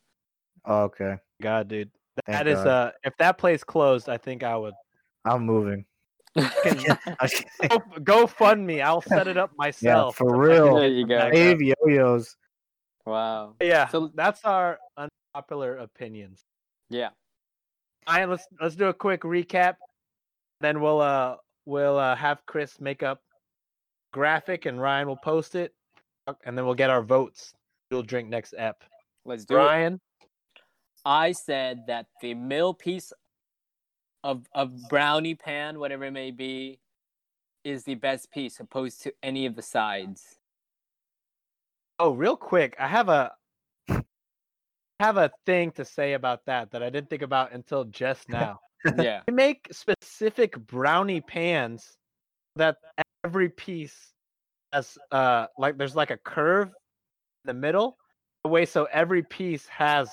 Speaker 1: Oh, okay,
Speaker 2: God, dude,
Speaker 1: Thank
Speaker 2: that is
Speaker 1: God.
Speaker 2: uh, if that place closed, I think I would
Speaker 1: I'm
Speaker 2: [LAUGHS]
Speaker 1: moving. [LAUGHS]
Speaker 2: go, go fund me. I'll set it up
Speaker 1: yeah,
Speaker 2: myself.
Speaker 1: for real.
Speaker 3: you
Speaker 2: go.
Speaker 1: Save yo-yos.
Speaker 3: [LAUGHS] Wow.
Speaker 2: Yeah,
Speaker 3: So-
Speaker 2: that's our unpopular opinions.
Speaker 3: Yeah.
Speaker 2: All right, let's let's do a quick recap. Then we'll uh we'll uh, have Chris make up graphic and Ryan will post it, and then we'll get our votes. We'll drink next ep.
Speaker 3: Let's do it.
Speaker 2: Ryan,
Speaker 3: I said that the middle piece of of brownie pan, whatever it may be, is the best piece opposed to any of
Speaker 1: [LAUGHS]
Speaker 3: the sides.
Speaker 2: oh, real quick, I have a have a thing to say about that that I didn't think about until
Speaker 1: [LAUGHS]
Speaker 2: just now.
Speaker 3: Yeah.
Speaker 2: They make specific brownie pans that every piece has uh like there's like a curve in the middle the way so every piece has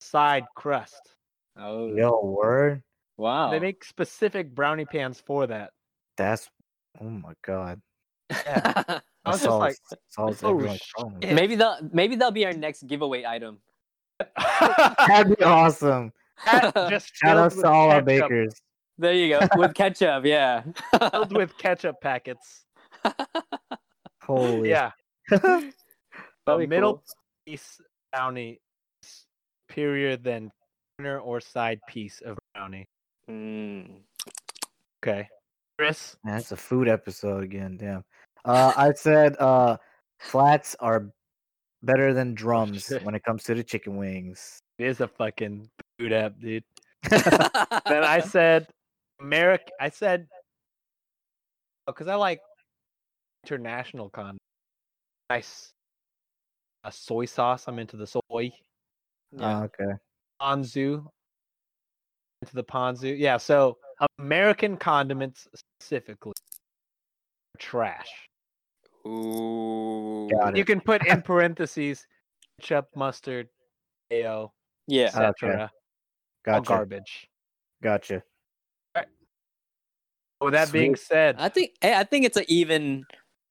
Speaker 2: side crust.
Speaker 3: Oh.
Speaker 1: Yo, word.
Speaker 3: Wow.
Speaker 2: They make specific brownie pans for that.
Speaker 1: That's. Oh my God.
Speaker 2: I
Speaker 3: [LAUGHS]
Speaker 1: I
Speaker 2: was just
Speaker 1: saw
Speaker 2: like
Speaker 1: saw
Speaker 2: oh,
Speaker 1: everyone
Speaker 2: shit.
Speaker 1: throwing.
Speaker 3: maybe they'll maybe that'll be our next giveaway item.
Speaker 2: [LAUGHS]
Speaker 1: That'd be awesome.
Speaker 2: Hat just
Speaker 1: Shout out
Speaker 2: filled with
Speaker 1: to all our
Speaker 2: ketchup-
Speaker 1: bakers.
Speaker 3: there you go. [LAUGHS] With ketchup, yeah.
Speaker 2: filled with ketchup packets.
Speaker 1: Holy.
Speaker 2: Yeah.
Speaker 3: That'd
Speaker 2: A
Speaker 3: be
Speaker 2: middle
Speaker 3: cool.
Speaker 2: piece brownie is superior than corner or side piece of brownie.
Speaker 3: [LAUGHS] Mm.
Speaker 2: Okay. Chris,
Speaker 1: Man, that's a food episode again. Damn. Uh, I said uh, flats are better
Speaker 2: [LAUGHS]
Speaker 1: than drums
Speaker 2: shit.
Speaker 1: when it comes to the chicken wings.
Speaker 2: it is a fucking food app, dude.
Speaker 1: Uh,
Speaker 2: then I said American I said because I like international con nice a soy sauce. I'm into the soy.
Speaker 1: Oh, okay.
Speaker 2: Ponzu. Into the ponzu. Yeah, so American condiments specifically are trash.
Speaker 3: Ooh.
Speaker 1: Got
Speaker 2: You can put
Speaker 1: [LAUGHS]
Speaker 2: in parentheses ketchup, mustard, mayo,
Speaker 3: Yeah.
Speaker 1: Uh, Okay.
Speaker 2: etc. All
Speaker 1: Gotcha.
Speaker 2: garbage.
Speaker 1: Gotcha.
Speaker 2: With that being said,
Speaker 3: I think hey, I think it's an even.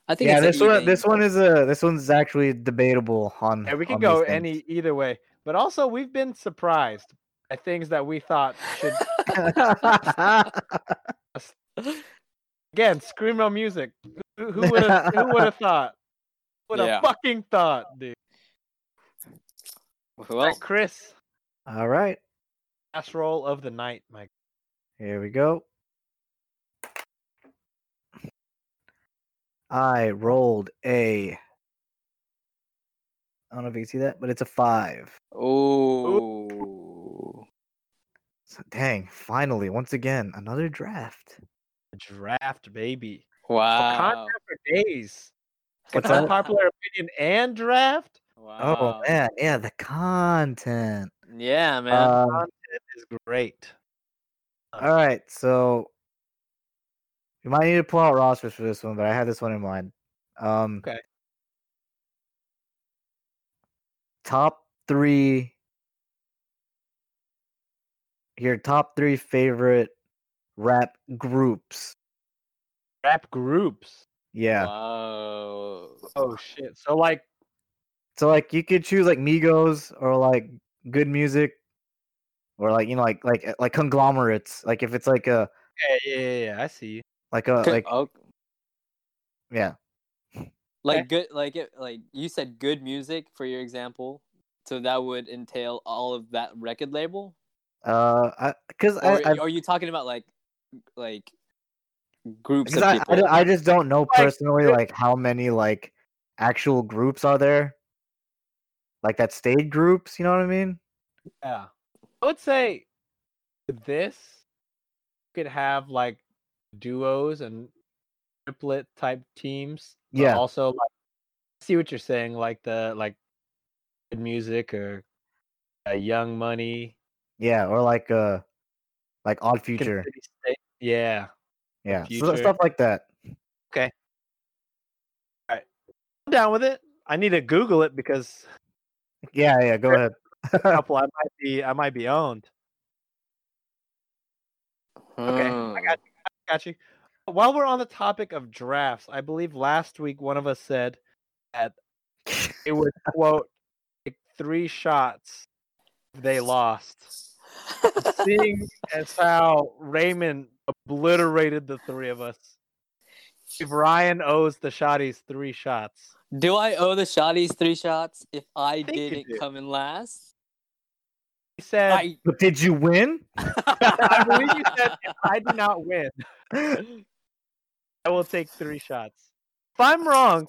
Speaker 3: I think
Speaker 1: Yeah,
Speaker 3: it's a
Speaker 1: this one
Speaker 3: even.
Speaker 1: this one is a this one's actually debatable on.
Speaker 2: yeah, we can
Speaker 1: on these
Speaker 2: go
Speaker 1: things.
Speaker 2: any either way. But also, we've been surprised at things that we thought should again screamo music. Who would have? Who
Speaker 1: [LAUGHS]
Speaker 2: would have thought? Would have
Speaker 3: Yeah.
Speaker 2: fucking thought, dude.
Speaker 3: well,
Speaker 2: Chris,
Speaker 1: [LAUGHS] All right.
Speaker 2: last roll of the night, Mike.
Speaker 1: Here we go. I rolled a. I don't know if you can see that, but it's a five.
Speaker 3: oh,
Speaker 1: So, dang, finally, once again, another draft.
Speaker 2: Draft, baby.
Speaker 3: wow,
Speaker 2: Content for days.
Speaker 1: What's
Speaker 2: [LAUGHS]
Speaker 3: that?
Speaker 2: Unpopular opinion and draft.
Speaker 1: Oh, man. Yeah, the content.
Speaker 3: yeah, man.
Speaker 1: Um,
Speaker 2: Content is great.
Speaker 1: all right, so you might need to pull out rosters for this one, but I had this one in mind. Um,
Speaker 2: Okay.
Speaker 1: Top three. Your top three favorite rap groups.
Speaker 2: Rap groups.
Speaker 1: Yeah.
Speaker 3: Wow.
Speaker 2: Oh shit. So like
Speaker 1: So like you could choose like Migos or like good music or like you know like like like conglomerates. Like if it's like a
Speaker 2: yeah, yeah, yeah, yeah, I see you.
Speaker 1: like a
Speaker 3: Could-
Speaker 1: like
Speaker 3: oh,
Speaker 1: yeah.
Speaker 3: like good like it like you said good music for your example. So that would entail all of that record label?
Speaker 1: Uh I cuz I
Speaker 3: Or
Speaker 1: I,
Speaker 3: are you talking about like like groups
Speaker 1: 'cause
Speaker 3: of
Speaker 1: I, I
Speaker 3: people?
Speaker 1: don't- I just don't know
Speaker 2: Like,
Speaker 1: personally
Speaker 2: good-
Speaker 1: like how many like actual groups are there. Like that stage groups, you know what I mean?
Speaker 2: Yeah. I would say this could have like duos and triplet type teams. but
Speaker 1: Yeah.
Speaker 2: Also like I see what you're saying, like the like good music or uh, young money.
Speaker 1: Yeah, or like uh like Odd
Speaker 2: Kid
Speaker 1: Future.
Speaker 2: City State- Yeah.
Speaker 1: Yeah. So,
Speaker 2: Future.
Speaker 1: stuff like that.
Speaker 2: I'm down with it. I need to Google it because
Speaker 1: Yeah, yeah, go ahead.
Speaker 2: a couple I might be I might be owned. Okay,
Speaker 3: Hmm.
Speaker 2: I got you. I got you. While we're on the topic of drafts, I believe last week one of us said that it would quote take three shots if they lost.
Speaker 3: [LAUGHS]
Speaker 2: Seeing as how Raymond obliterated the three of us, if Ryan owes the shotties three shots,
Speaker 3: Do I owe the shotties three shots if I
Speaker 2: think you
Speaker 3: didn't
Speaker 2: do.
Speaker 3: come in last?
Speaker 2: he said, I,
Speaker 3: I
Speaker 1: But did you win?
Speaker 2: believe you said if I do not win, [LAUGHS] I will take three shots. If I'm wrong,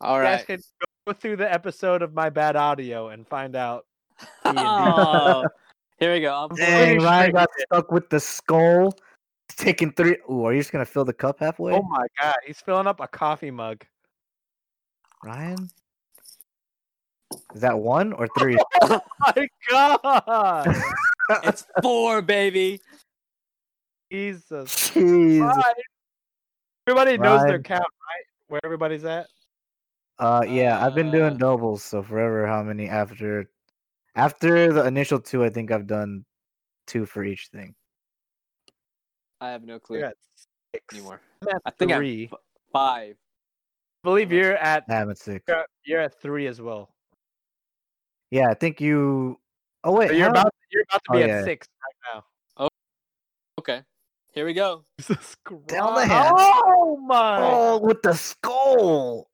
Speaker 3: All
Speaker 2: you guys
Speaker 1: [LAUGHS]
Speaker 3: right.
Speaker 2: can go through the episode of my bad audio and find out
Speaker 1: [LAUGHS]
Speaker 3: Oh, here we go. I'm pulling-
Speaker 1: Dang,
Speaker 2: pretty sure
Speaker 1: Ryan
Speaker 2: you
Speaker 1: got
Speaker 2: did.
Speaker 1: stuck with the skull. Taking three. Ooh, are you just gonna fill the cup halfway,
Speaker 2: Oh my god, he's filling up a coffee mug.
Speaker 1: Ryan? Is that one or three?
Speaker 2: [LAUGHS] My god,
Speaker 1: [LAUGHS]
Speaker 3: It's four, baby.
Speaker 2: [LAUGHS] Jesus.
Speaker 1: Jeez.
Speaker 2: Christ. Everybody knows their
Speaker 1: Ryan.
Speaker 2: count, right? Where everybody's at.
Speaker 1: Uh, yeah, I've been doing
Speaker 3: Uh.
Speaker 1: doubles, so forever. How many after? After the initial two, I think I've done two for each thing.
Speaker 3: I have no clue
Speaker 2: You're at six.
Speaker 3: anymore.
Speaker 2: I'm at
Speaker 3: I think I'm
Speaker 2: three. I
Speaker 3: Five.
Speaker 2: believe you're at
Speaker 1: Damn, it's six.
Speaker 2: you're at three as well.
Speaker 1: Yeah, I think you. Oh wait,
Speaker 2: So you're
Speaker 1: how-
Speaker 2: about you're about to be
Speaker 1: Oh,
Speaker 2: at
Speaker 1: yeah.
Speaker 2: six [LAUGHS] right now.
Speaker 3: Okay. Here we go.
Speaker 2: Jesus Christ.
Speaker 1: Down the hatch.
Speaker 2: Oh my. Oh.
Speaker 1: Oh, with the skull,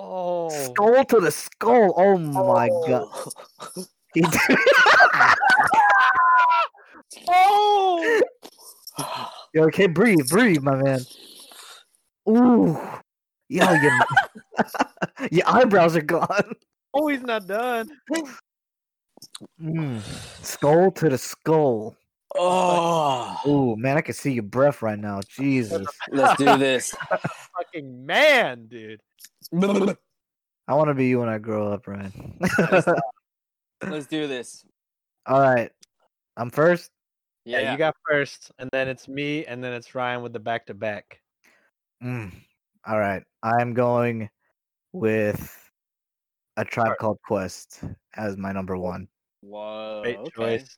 Speaker 1: Oh. skull to the skull. Oh my god. He did-
Speaker 2: Oh.
Speaker 1: Yo, okay, breathe, breathe, my man. Ooh, yo, your, [LAUGHS] your eyebrows are gone.
Speaker 2: Oh, he's not done.
Speaker 1: Mm. Skull to the skull.
Speaker 3: [LAUGHS] oh,
Speaker 1: Ooh, man, I can see your breath right now. Jesus,
Speaker 3: let's [LAUGHS] do this.
Speaker 2: Fucking man, dude.
Speaker 3: let's
Speaker 1: I want to be you when I grow up, Ryan. [LAUGHS]
Speaker 3: do this.
Speaker 1: All right, I'm first.
Speaker 3: Yeah.
Speaker 2: Yeah, you got first, and then it's me, and then it's Ryan with the back to back.
Speaker 1: Mm. All right, I'm going with a tribe
Speaker 2: Alright.
Speaker 1: called Quest as my number one.
Speaker 3: Whoa.
Speaker 1: Oh,
Speaker 2: Great
Speaker 3: okay.
Speaker 2: choice.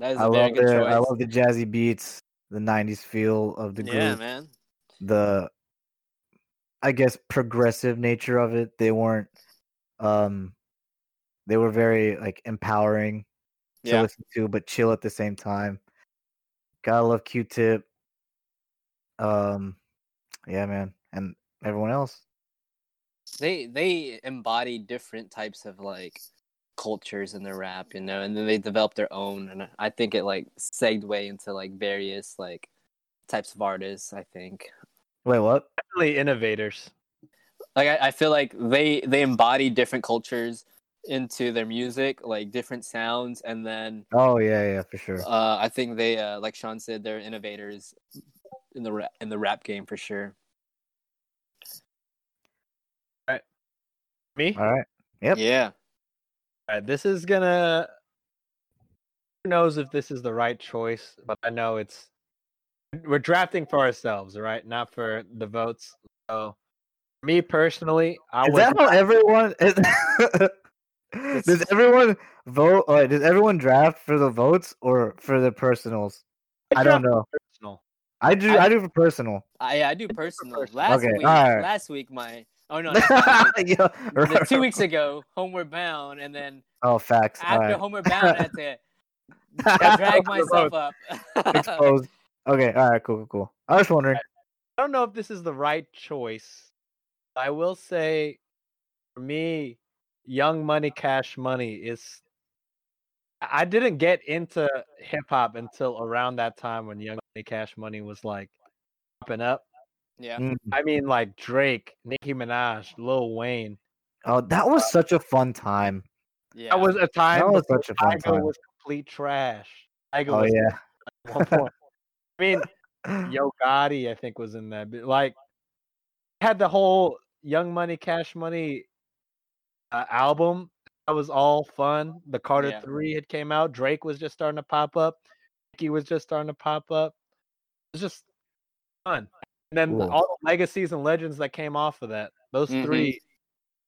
Speaker 3: That is
Speaker 1: I
Speaker 3: a very
Speaker 1: love
Speaker 3: good
Speaker 1: the
Speaker 3: choice.
Speaker 1: I love the jazzy beats, the '90s feel of the group.
Speaker 3: yeah, man.
Speaker 1: the i guess progressive nature of it they weren't um they were very like empowering to
Speaker 3: Yeah.
Speaker 1: listen to but chill at the same time gotta love q-tip um yeah man and everyone else
Speaker 3: they they embody different types of like cultures in their rap you know and then they develop their own and i think it like segued into like various like types of artists i think
Speaker 1: wait what
Speaker 2: Really innovators.
Speaker 3: like i, I feel like they they embody different cultures into their music like different sounds and then
Speaker 1: oh yeah yeah for sure
Speaker 3: uh i think they uh like sean said they're innovators in the rap in the rap game for sure
Speaker 2: Me?
Speaker 1: all right Yep.
Speaker 3: yeah
Speaker 2: Alright, this is gonna. Who knows if this is the right choice? But I know it's. We're drafting for ourselves, right? Not for the votes. So, me personally, I
Speaker 1: is
Speaker 2: was.
Speaker 1: [LAUGHS] that how everyone is, does everyone vote? Or does everyone draft for the votes or for the personals? I don't know.
Speaker 2: know.
Speaker 1: I do. I, do for
Speaker 3: [LAUGHS]
Speaker 1: personal. [LAUGHS]
Speaker 3: I I do personal. Last
Speaker 1: Okay,
Speaker 3: week,
Speaker 1: alright.
Speaker 3: last week my
Speaker 1: [LAUGHS]
Speaker 3: oh no, not last week.
Speaker 1: Yeah.
Speaker 3: The two weeks ago, Homeward Bound, and then
Speaker 1: Oh, facts. All
Speaker 3: after
Speaker 1: right.
Speaker 3: Homeward Bound, I had
Speaker 1: [LAUGHS]
Speaker 3: to
Speaker 2: After
Speaker 3: drag myself up.
Speaker 1: Exposed. Okay. All right. Cool. Cool. Cool. I was wondering.
Speaker 2: I don't know if this is the right choice. I will say, for me, Young Money, Cash Money is. I I didn't get into hip hop until around that time when Young Money, Cash Money was like popping up.
Speaker 3: [LAUGHS] yeah,
Speaker 1: Mm.
Speaker 2: I mean, like Drake, Nicki Minaj, Lil Wayne.
Speaker 1: Oh, that was such a fun time.
Speaker 3: yeah.
Speaker 2: That was a time
Speaker 1: That
Speaker 2: when
Speaker 1: was such a fun
Speaker 2: Tiger
Speaker 1: time.
Speaker 2: was complete trash. Tiger
Speaker 1: Oh
Speaker 2: was
Speaker 1: yeah.
Speaker 2: [LAUGHS] at one point. I mean, Yo Gotti, I think, was in that. But like, had the whole Young Money, Cash Money uh, album. That was all fun. The Carter
Speaker 3: Yeah.
Speaker 2: Three had came out. Drake was just starting to pop up. Nicki was just starting to pop up. It was just fun. And then
Speaker 1: Cool.
Speaker 2: all the legacies and legends that came off of that. Those
Speaker 3: Mhm.
Speaker 2: three,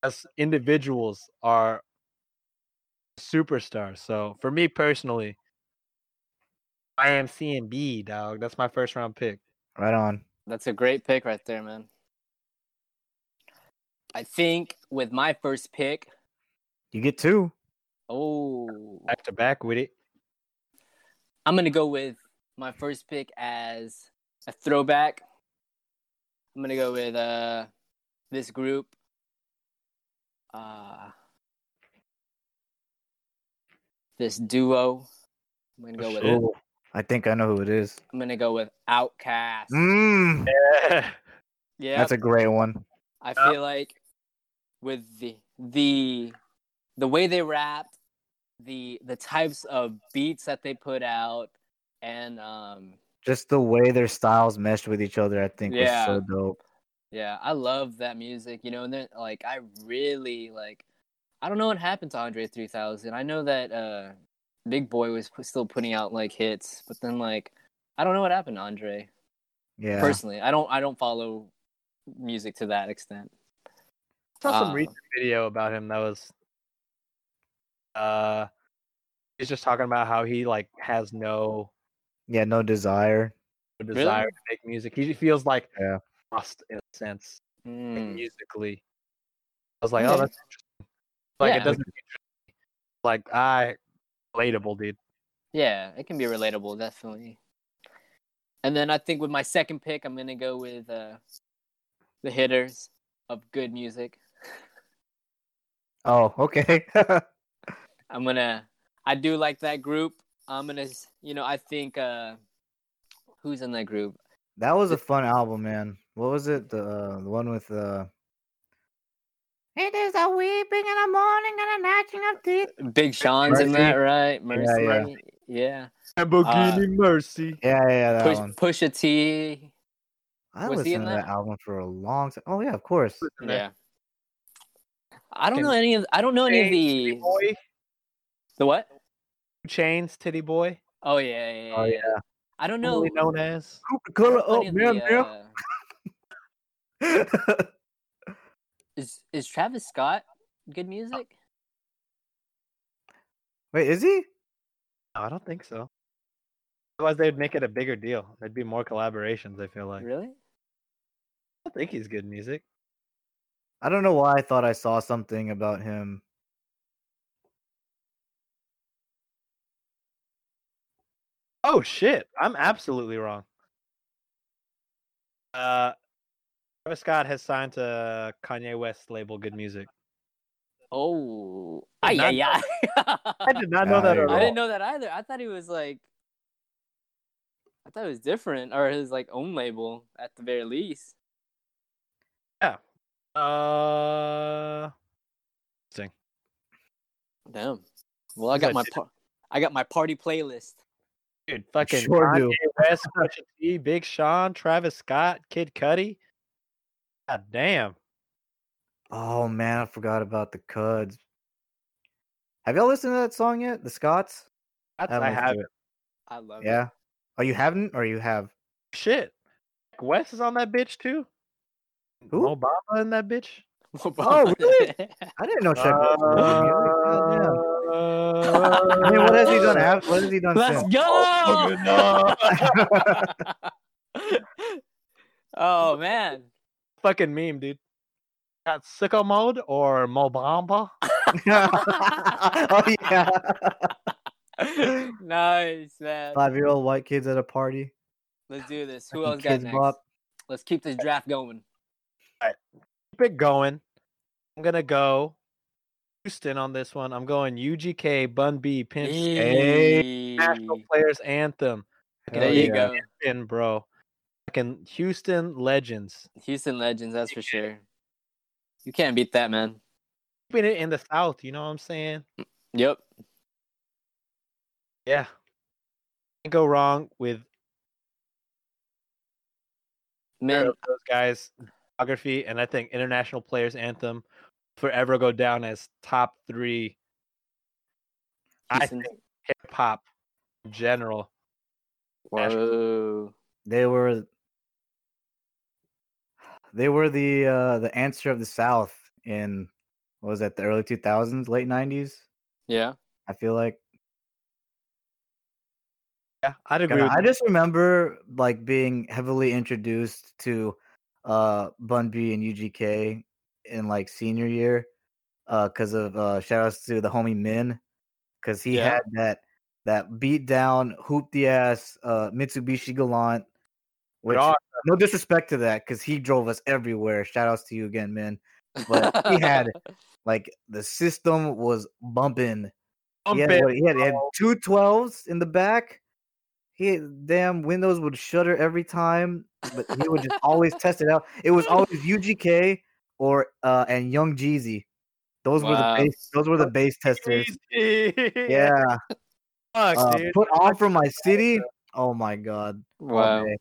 Speaker 2: as individuals, are superstars. So for me personally, I am CMB dog. That's my first round pick.
Speaker 1: [GASPS] Right on.
Speaker 3: That's a great pick right there, man. I think with my first pick,
Speaker 1: You get two.
Speaker 3: oh,
Speaker 2: back to back with it.
Speaker 3: I'm gonna go with my first pick as a throwback. I'm gonna go with uh this group. Uh this duo. I'm gonna
Speaker 2: Oh,
Speaker 3: go with
Speaker 2: shit.
Speaker 1: Ooh, I think I know who it is.
Speaker 3: I'm gonna go with Outcast.
Speaker 1: Mm,
Speaker 2: [LAUGHS] Yeah.
Speaker 3: Yeah,
Speaker 1: That's a great one.
Speaker 3: I feel like with the the the way they rapped, the the types of beats that they put out, and um
Speaker 1: Just the way their styles meshed with each other, I think,
Speaker 3: Yeah.
Speaker 1: was so dope.
Speaker 3: Yeah, I love that music, you know, and then like I really like I don't know what happened to Andre 3000. I know that uh Big Boy was p- still putting out like hits, but then like I don't know what happened to Andre.
Speaker 1: Yeah.
Speaker 3: Personally, I don't I don't follow music to that extent.
Speaker 2: Saw some
Speaker 3: Uh,
Speaker 2: recent video about him that was uh he's just talking about how he like has no
Speaker 1: yeah. No desire.
Speaker 2: desire to make music. He feels like
Speaker 1: Yeah.
Speaker 2: lost in a sense like,
Speaker 3: Mm,
Speaker 2: musically. I was like, oh
Speaker 3: Okay.
Speaker 2: that's interesting. Like
Speaker 3: Yeah.
Speaker 2: it doesn't interest me. like I relatable dude.
Speaker 3: yeah, it can be relatable, definitely. And then I think with my second pick, I'm going to go with uh the hitters of good music.
Speaker 1: Oh, okay. [LAUGHS]
Speaker 3: I'm gonna. I do like that group. I'm gonna. s- You know, I think. uh Who's in that group?
Speaker 1: that was a fun album, man. What was it? The uh, the one with uh. It is a weeping in the morning and a gnashing of teeth.
Speaker 3: Big Sean's in
Speaker 1: Mercy.
Speaker 3: that, right?
Speaker 1: Yeah,
Speaker 3: Mercy.
Speaker 1: yeah.
Speaker 3: Yeah. Uh,
Speaker 2: Lamborghini Mercy.
Speaker 1: Yeah, yeah, yeah, that
Speaker 3: Push
Speaker 1: one.
Speaker 3: Push a T.
Speaker 1: I
Speaker 3: was
Speaker 1: listened
Speaker 3: he in
Speaker 1: to that?
Speaker 3: that?
Speaker 1: album for a long time. Oh yeah, of course.
Speaker 3: Yeah. I don't
Speaker 2: Can-
Speaker 3: know any of. I don't know any of
Speaker 2: Titty
Speaker 3: the
Speaker 2: boy.
Speaker 3: the what?
Speaker 2: Chains Titty Boy.
Speaker 3: Oh yeah, yeah, yeah.
Speaker 1: Oh
Speaker 3: yeah.
Speaker 1: yeah.
Speaker 3: I don't know.
Speaker 2: Formerly known as
Speaker 1: Color
Speaker 3: I don't
Speaker 1: Oh,
Speaker 3: know any of the, uh, Is is Travis Scott good music?
Speaker 1: Wait, is he?
Speaker 2: No, I don't think so. Otherwise, they'd make it a bigger deal. There'd be more collaborations. I feel like. I
Speaker 3: Really?
Speaker 2: don't think he's good music.
Speaker 1: I don't know why I thought I saw something about him.
Speaker 2: Oh shit! I'm absolutely wrong. Uh, Travis Scott has signed to Kanye West's label, Good Music.
Speaker 3: Oh, ay,
Speaker 2: not
Speaker 3: ay, ay.
Speaker 2: I did not know that
Speaker 1: Nice.
Speaker 2: at all.
Speaker 3: I didn't know that either. I thought he was like, I thought it was different or his like own label at the very least.
Speaker 2: Uh,
Speaker 3: Damn. Well,
Speaker 2: Yes, I
Speaker 3: I got my
Speaker 2: did.
Speaker 3: par- I got my party playlist.
Speaker 2: dude, fucking
Speaker 1: sure
Speaker 2: Kanye
Speaker 1: do. [LAUGHS]
Speaker 2: West, Pusha T, Big Sean, Travis Scott, Kid Cudi. God damn!
Speaker 1: Oh man, I forgot about the Cuds. Have y'all listened to that song yet? The Scots?
Speaker 2: That's,
Speaker 1: haven't
Speaker 2: I
Speaker 1: listened to
Speaker 2: have
Speaker 1: it.
Speaker 3: I love it. [LAUGHS]
Speaker 1: Yeah. Oh, you haven't, or you have?
Speaker 2: shit. West is on that bitch too.
Speaker 1: Who?
Speaker 2: Obama in that bitch.
Speaker 1: Oh, really? I didn't know Shaq. Milton
Speaker 2: Uh,
Speaker 1: was in music. God damn. [LAUGHS] I mean, what has he
Speaker 2: Uh,
Speaker 1: done? Oh, After, what has he done
Speaker 3: [LAUGHS] Let's
Speaker 1: since?
Speaker 2: oh,
Speaker 1: [LAUGHS]
Speaker 3: go!
Speaker 2: no.
Speaker 3: [LAUGHS] oh man,
Speaker 2: [LAUGHS] Fucking meme, dude. Got sicko mode or Mobamba?
Speaker 1: oh
Speaker 3: [LAUGHS]
Speaker 1: yeah,
Speaker 3: nice man.
Speaker 1: five-year-old white kids at a party.
Speaker 3: Let's do this. Who
Speaker 1: Fucking
Speaker 3: else got
Speaker 1: kids
Speaker 3: next?
Speaker 1: bop.
Speaker 3: Let's keep this draft going.
Speaker 2: Keep it going. I'm gonna go Houston on this one. I'm going UGK Bun B Pimp C,
Speaker 3: Hey.
Speaker 2: National Players Anthem.
Speaker 3: There
Speaker 1: Hell
Speaker 3: you
Speaker 1: yeah.
Speaker 3: go,
Speaker 2: Houston, bro. Fucking Houston legends.
Speaker 3: Houston Legends. That's for sure. You can't beat that, man.
Speaker 2: Keeping it in the South, you know what I'm saying?
Speaker 3: Yep.
Speaker 2: Yeah. Can't go wrong with
Speaker 3: Man,
Speaker 2: either of those guys' geography, and I think International Players Anthem forever go down as top three. I
Speaker 3: Houston-
Speaker 2: think hip hop in general.
Speaker 3: Whoa.
Speaker 1: They were. They were the uh, the answer of the South in what was that the early two thousands, late nineties.
Speaker 3: Yeah.
Speaker 1: I feel like
Speaker 2: Yeah, I'd agree.
Speaker 1: And
Speaker 2: with
Speaker 1: I
Speaker 2: that.
Speaker 1: just remember like being heavily introduced to uh Bun B and UGK in like senior year uh cuz of uh shout outs to the homie Min cuz he
Speaker 2: Yeah.
Speaker 1: had that that beat down hoop the ass uh Mitsubishi Galant which
Speaker 2: Dog.
Speaker 1: no disrespect to that cuz he drove us everywhere shout outs to you again Min but he had like the system was bumping he had,
Speaker 2: Bumpin'
Speaker 1: what, he had, he had
Speaker 2: Bro.
Speaker 1: two 12s in the back. He damn windows would shutter every time, but he would just always test it out. It was always UGK or uh and Young Jeezy. Those were
Speaker 3: Wow.
Speaker 1: the base. Those were the base testers.
Speaker 2: Jeezy.
Speaker 1: Yeah,
Speaker 2: Fuck,
Speaker 1: uh,
Speaker 2: dude.
Speaker 1: put on from my city. Oh my god! all
Speaker 3: [LAUGHS] wow.
Speaker 1: day.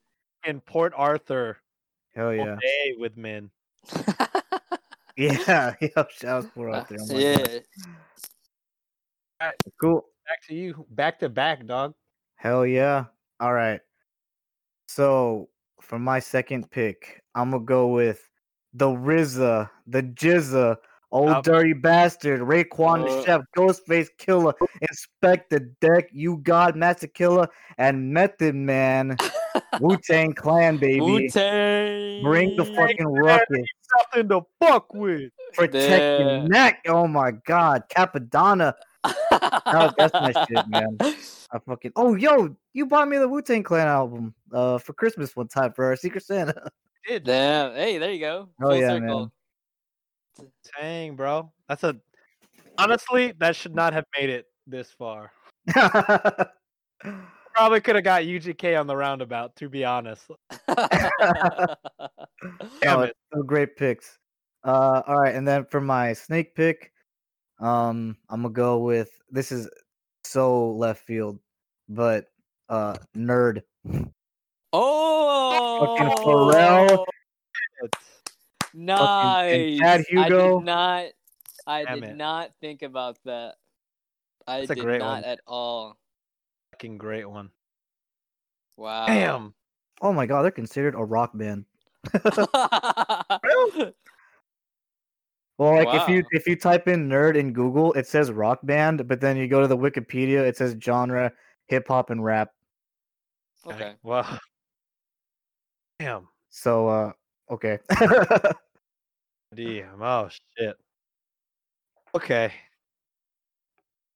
Speaker 2: in Port Arthur
Speaker 1: Hell
Speaker 2: all
Speaker 1: Oh, yeah!
Speaker 2: day with men.
Speaker 1: Yeah, [LAUGHS] yeah. Shouts for out there. Oh my God.
Speaker 3: Uh, yeah.
Speaker 1: Cool.
Speaker 2: Back to you. Back to back, dog.
Speaker 1: Hell yeah. All right. So for my second pick, I'm gonna go with the Rizza, the Jizza, old
Speaker 2: Up.
Speaker 1: dirty bastard, Raekwon
Speaker 3: Uh.
Speaker 1: the Chef, Ghostface Killer, Inspect the Deck, You God, Master Killer, and Method
Speaker 3: [LAUGHS]
Speaker 1: Man, Wu Tang Clan, baby.
Speaker 3: Wu-Tang.
Speaker 1: Bring the
Speaker 3: [LAUGHS]
Speaker 1: fucking rocket.
Speaker 2: Nothing to fuck with.
Speaker 1: Protect your
Speaker 3: Yeah.
Speaker 1: neck. Oh my god. Capadonna.
Speaker 3: fuck.
Speaker 1: Oh, that's my shit, man. I fucking Oh yo, you bought me the Wu Tang Clan album uh for Christmas one time for our Secret Santa. [LAUGHS]
Speaker 2: Did
Speaker 3: Damn. Hey, there you go.
Speaker 1: Oh, yeah,
Speaker 2: Dang, bro. That's a honestly, that should not have made it this far.
Speaker 1: Oh,
Speaker 2: Probably could have got UGK on the roundabout, to be honest.
Speaker 3: [LAUGHS]
Speaker 2: Damn
Speaker 1: Oh,
Speaker 2: it.
Speaker 1: so great picks. Uh, all right, and then for my snake pick, um, I'm gonna go with this is so left field, but uh, nerd.
Speaker 3: oh.
Speaker 1: Pharrell.
Speaker 3: Nice.
Speaker 1: Chad
Speaker 3: I
Speaker 1: Hugo.
Speaker 3: did not. I
Speaker 2: Damn
Speaker 3: did
Speaker 2: it.
Speaker 3: not think about that. I
Speaker 2: That's a
Speaker 3: did
Speaker 2: great
Speaker 3: not
Speaker 2: one.
Speaker 3: at all.
Speaker 2: Fucking great one.
Speaker 3: Wow.
Speaker 2: Damn.
Speaker 1: Oh my god, they're considered a rock band.
Speaker 3: [LAUGHS]
Speaker 1: Well, like if you
Speaker 3: Wow.
Speaker 1: if you type in nerd in Google, it says rock band, but then you go to the Wikipedia, it says genre hip hop and rap.
Speaker 3: okay.
Speaker 2: Wow. Damn.
Speaker 1: So uh, okay, [LAUGHS]
Speaker 2: Damn. Oh shit. Okay.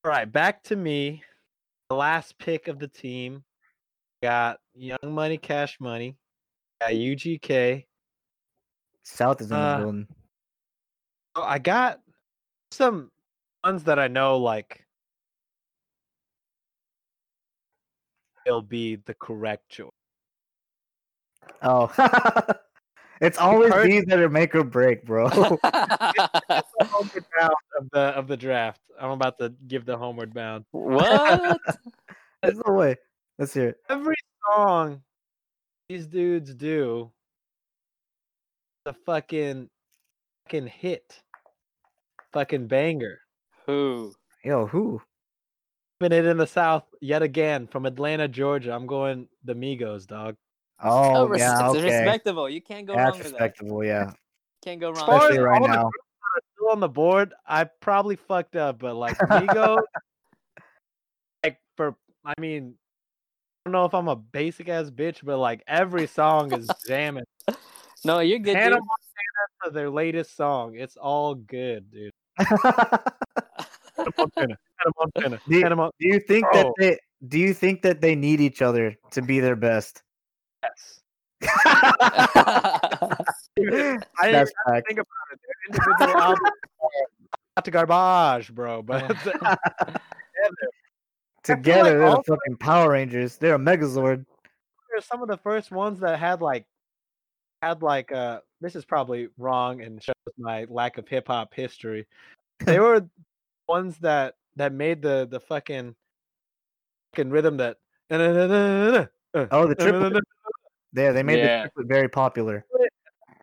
Speaker 2: All right, back to me. The last pick of the team. Got Young Money, Cash Money. Got UGK.
Speaker 1: South is in
Speaker 2: Uh,
Speaker 1: the building.
Speaker 2: So I got some ones that I know like will be the correct choice.
Speaker 1: Oh, [LAUGHS] it's always
Speaker 2: heard-
Speaker 1: these that are make or break,
Speaker 2: [LAUGHS]
Speaker 1: bro. [LAUGHS]
Speaker 2: Homeward bound of the of the draft. I'm about to give the homeward bound.
Speaker 3: [LAUGHS] what?
Speaker 1: There's no way. Let's hear it.
Speaker 2: every song these dudes do the fucking fucking hit fucking banger
Speaker 3: Who?
Speaker 1: Yo, who?
Speaker 2: keeping it in the south yet again from atlanta georgia i'm going the migos dog
Speaker 1: Oh,
Speaker 3: res-
Speaker 1: yeah,
Speaker 3: it's
Speaker 1: okay.
Speaker 3: respectable. You can't go
Speaker 1: That's
Speaker 3: wrong with that.
Speaker 1: respectable, yeah.
Speaker 3: Can't go wrong.
Speaker 2: far
Speaker 1: Especially
Speaker 3: with
Speaker 2: as
Speaker 3: that.
Speaker 1: right
Speaker 2: all the
Speaker 1: now.
Speaker 2: still on the board. I probably fucked up, but like Migo, like for I mean, I don't know if I'm a basic ass bitch, but like every song is jamming.
Speaker 3: No, you're good.
Speaker 2: Hannah
Speaker 3: Dude.
Speaker 2: Montana for their latest song. It's all good, dude. Hannah Montana. Hannah Montana.
Speaker 1: Do you-
Speaker 2: Hannah Mon-
Speaker 1: [LAUGHS] do you think that
Speaker 2: Oh.
Speaker 1: they do you think that they need each other to be their best?
Speaker 2: yes. [LAUGHS] I didn't
Speaker 1: That's fact.
Speaker 2: think even think
Speaker 1: [LAUGHS]
Speaker 2: individual albums are Not to garbage, bro. But
Speaker 1: Together, they're
Speaker 2: all-
Speaker 1: the fucking Power Rangers. They're a Megazord.
Speaker 2: they're some of the first ones that had like had like uh this is probably wrong and shows my lack of hip hop
Speaker 1: [LAUGHS]
Speaker 2: history. They were ones that that made the the fucking fucking rhythm that
Speaker 1: Oh, the triplet. Yeah, they made
Speaker 3: Yeah.
Speaker 1: the triplet very popular.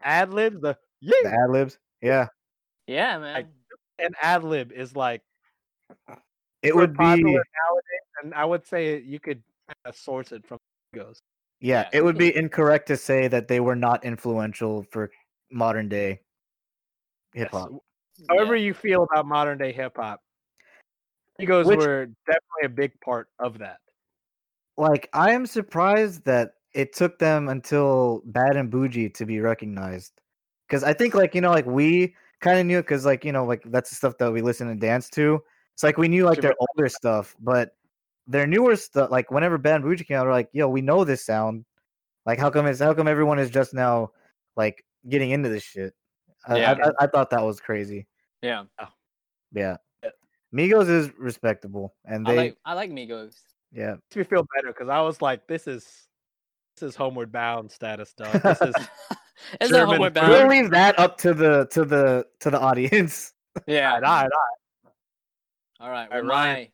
Speaker 2: ad libs the
Speaker 1: The
Speaker 2: yeah
Speaker 1: ad libs. Yeah,
Speaker 3: [LAUGHS] yeah, man.
Speaker 2: and ad lib is like
Speaker 1: it
Speaker 2: super
Speaker 1: would be.
Speaker 2: popular nowadays and I would say you could uh, source it from goes.
Speaker 1: Yeah,
Speaker 3: Yeah.
Speaker 1: it would
Speaker 3: [LAUGHS]
Speaker 1: be incorrect to say that they were not influential for modern day hip hop.
Speaker 2: however you feel about modern day hip hop. Migos
Speaker 1: Which-
Speaker 2: were definitely a big part of that.
Speaker 1: Like, I am surprised that it took them until Bad and Bougie to be recognized. Because I think, like, you know, like we kind of knew because, like, you know, like that's the stuff that we listen and dance to. It's like we knew like their older stuff, but their newer stuff, like whenever Bad and Bougie came out, we're like, yo, we know this sound. Like, how come it's how come everyone is just now like getting into this shit? I- I-
Speaker 3: Yeah.
Speaker 1: I, I thought that was crazy.
Speaker 3: yeah.
Speaker 1: Yeah.
Speaker 2: Yeah.
Speaker 1: Migos is respectable and
Speaker 3: I
Speaker 1: they
Speaker 3: like I like Migos. [LAUGHS]
Speaker 1: yeah.
Speaker 2: Makes me feel better because I was like, this is this is homeward bound status stuff. This
Speaker 1: [LAUGHS]
Speaker 2: is German
Speaker 3: It's not homeward
Speaker 2: food.
Speaker 1: We'll
Speaker 3: bound.
Speaker 1: leave that up to the to the to the audience. [LAUGHS]
Speaker 3: Yeah.
Speaker 2: I, I, I. All
Speaker 3: All right. Well,
Speaker 2: right,
Speaker 3: my
Speaker 2: Ryan.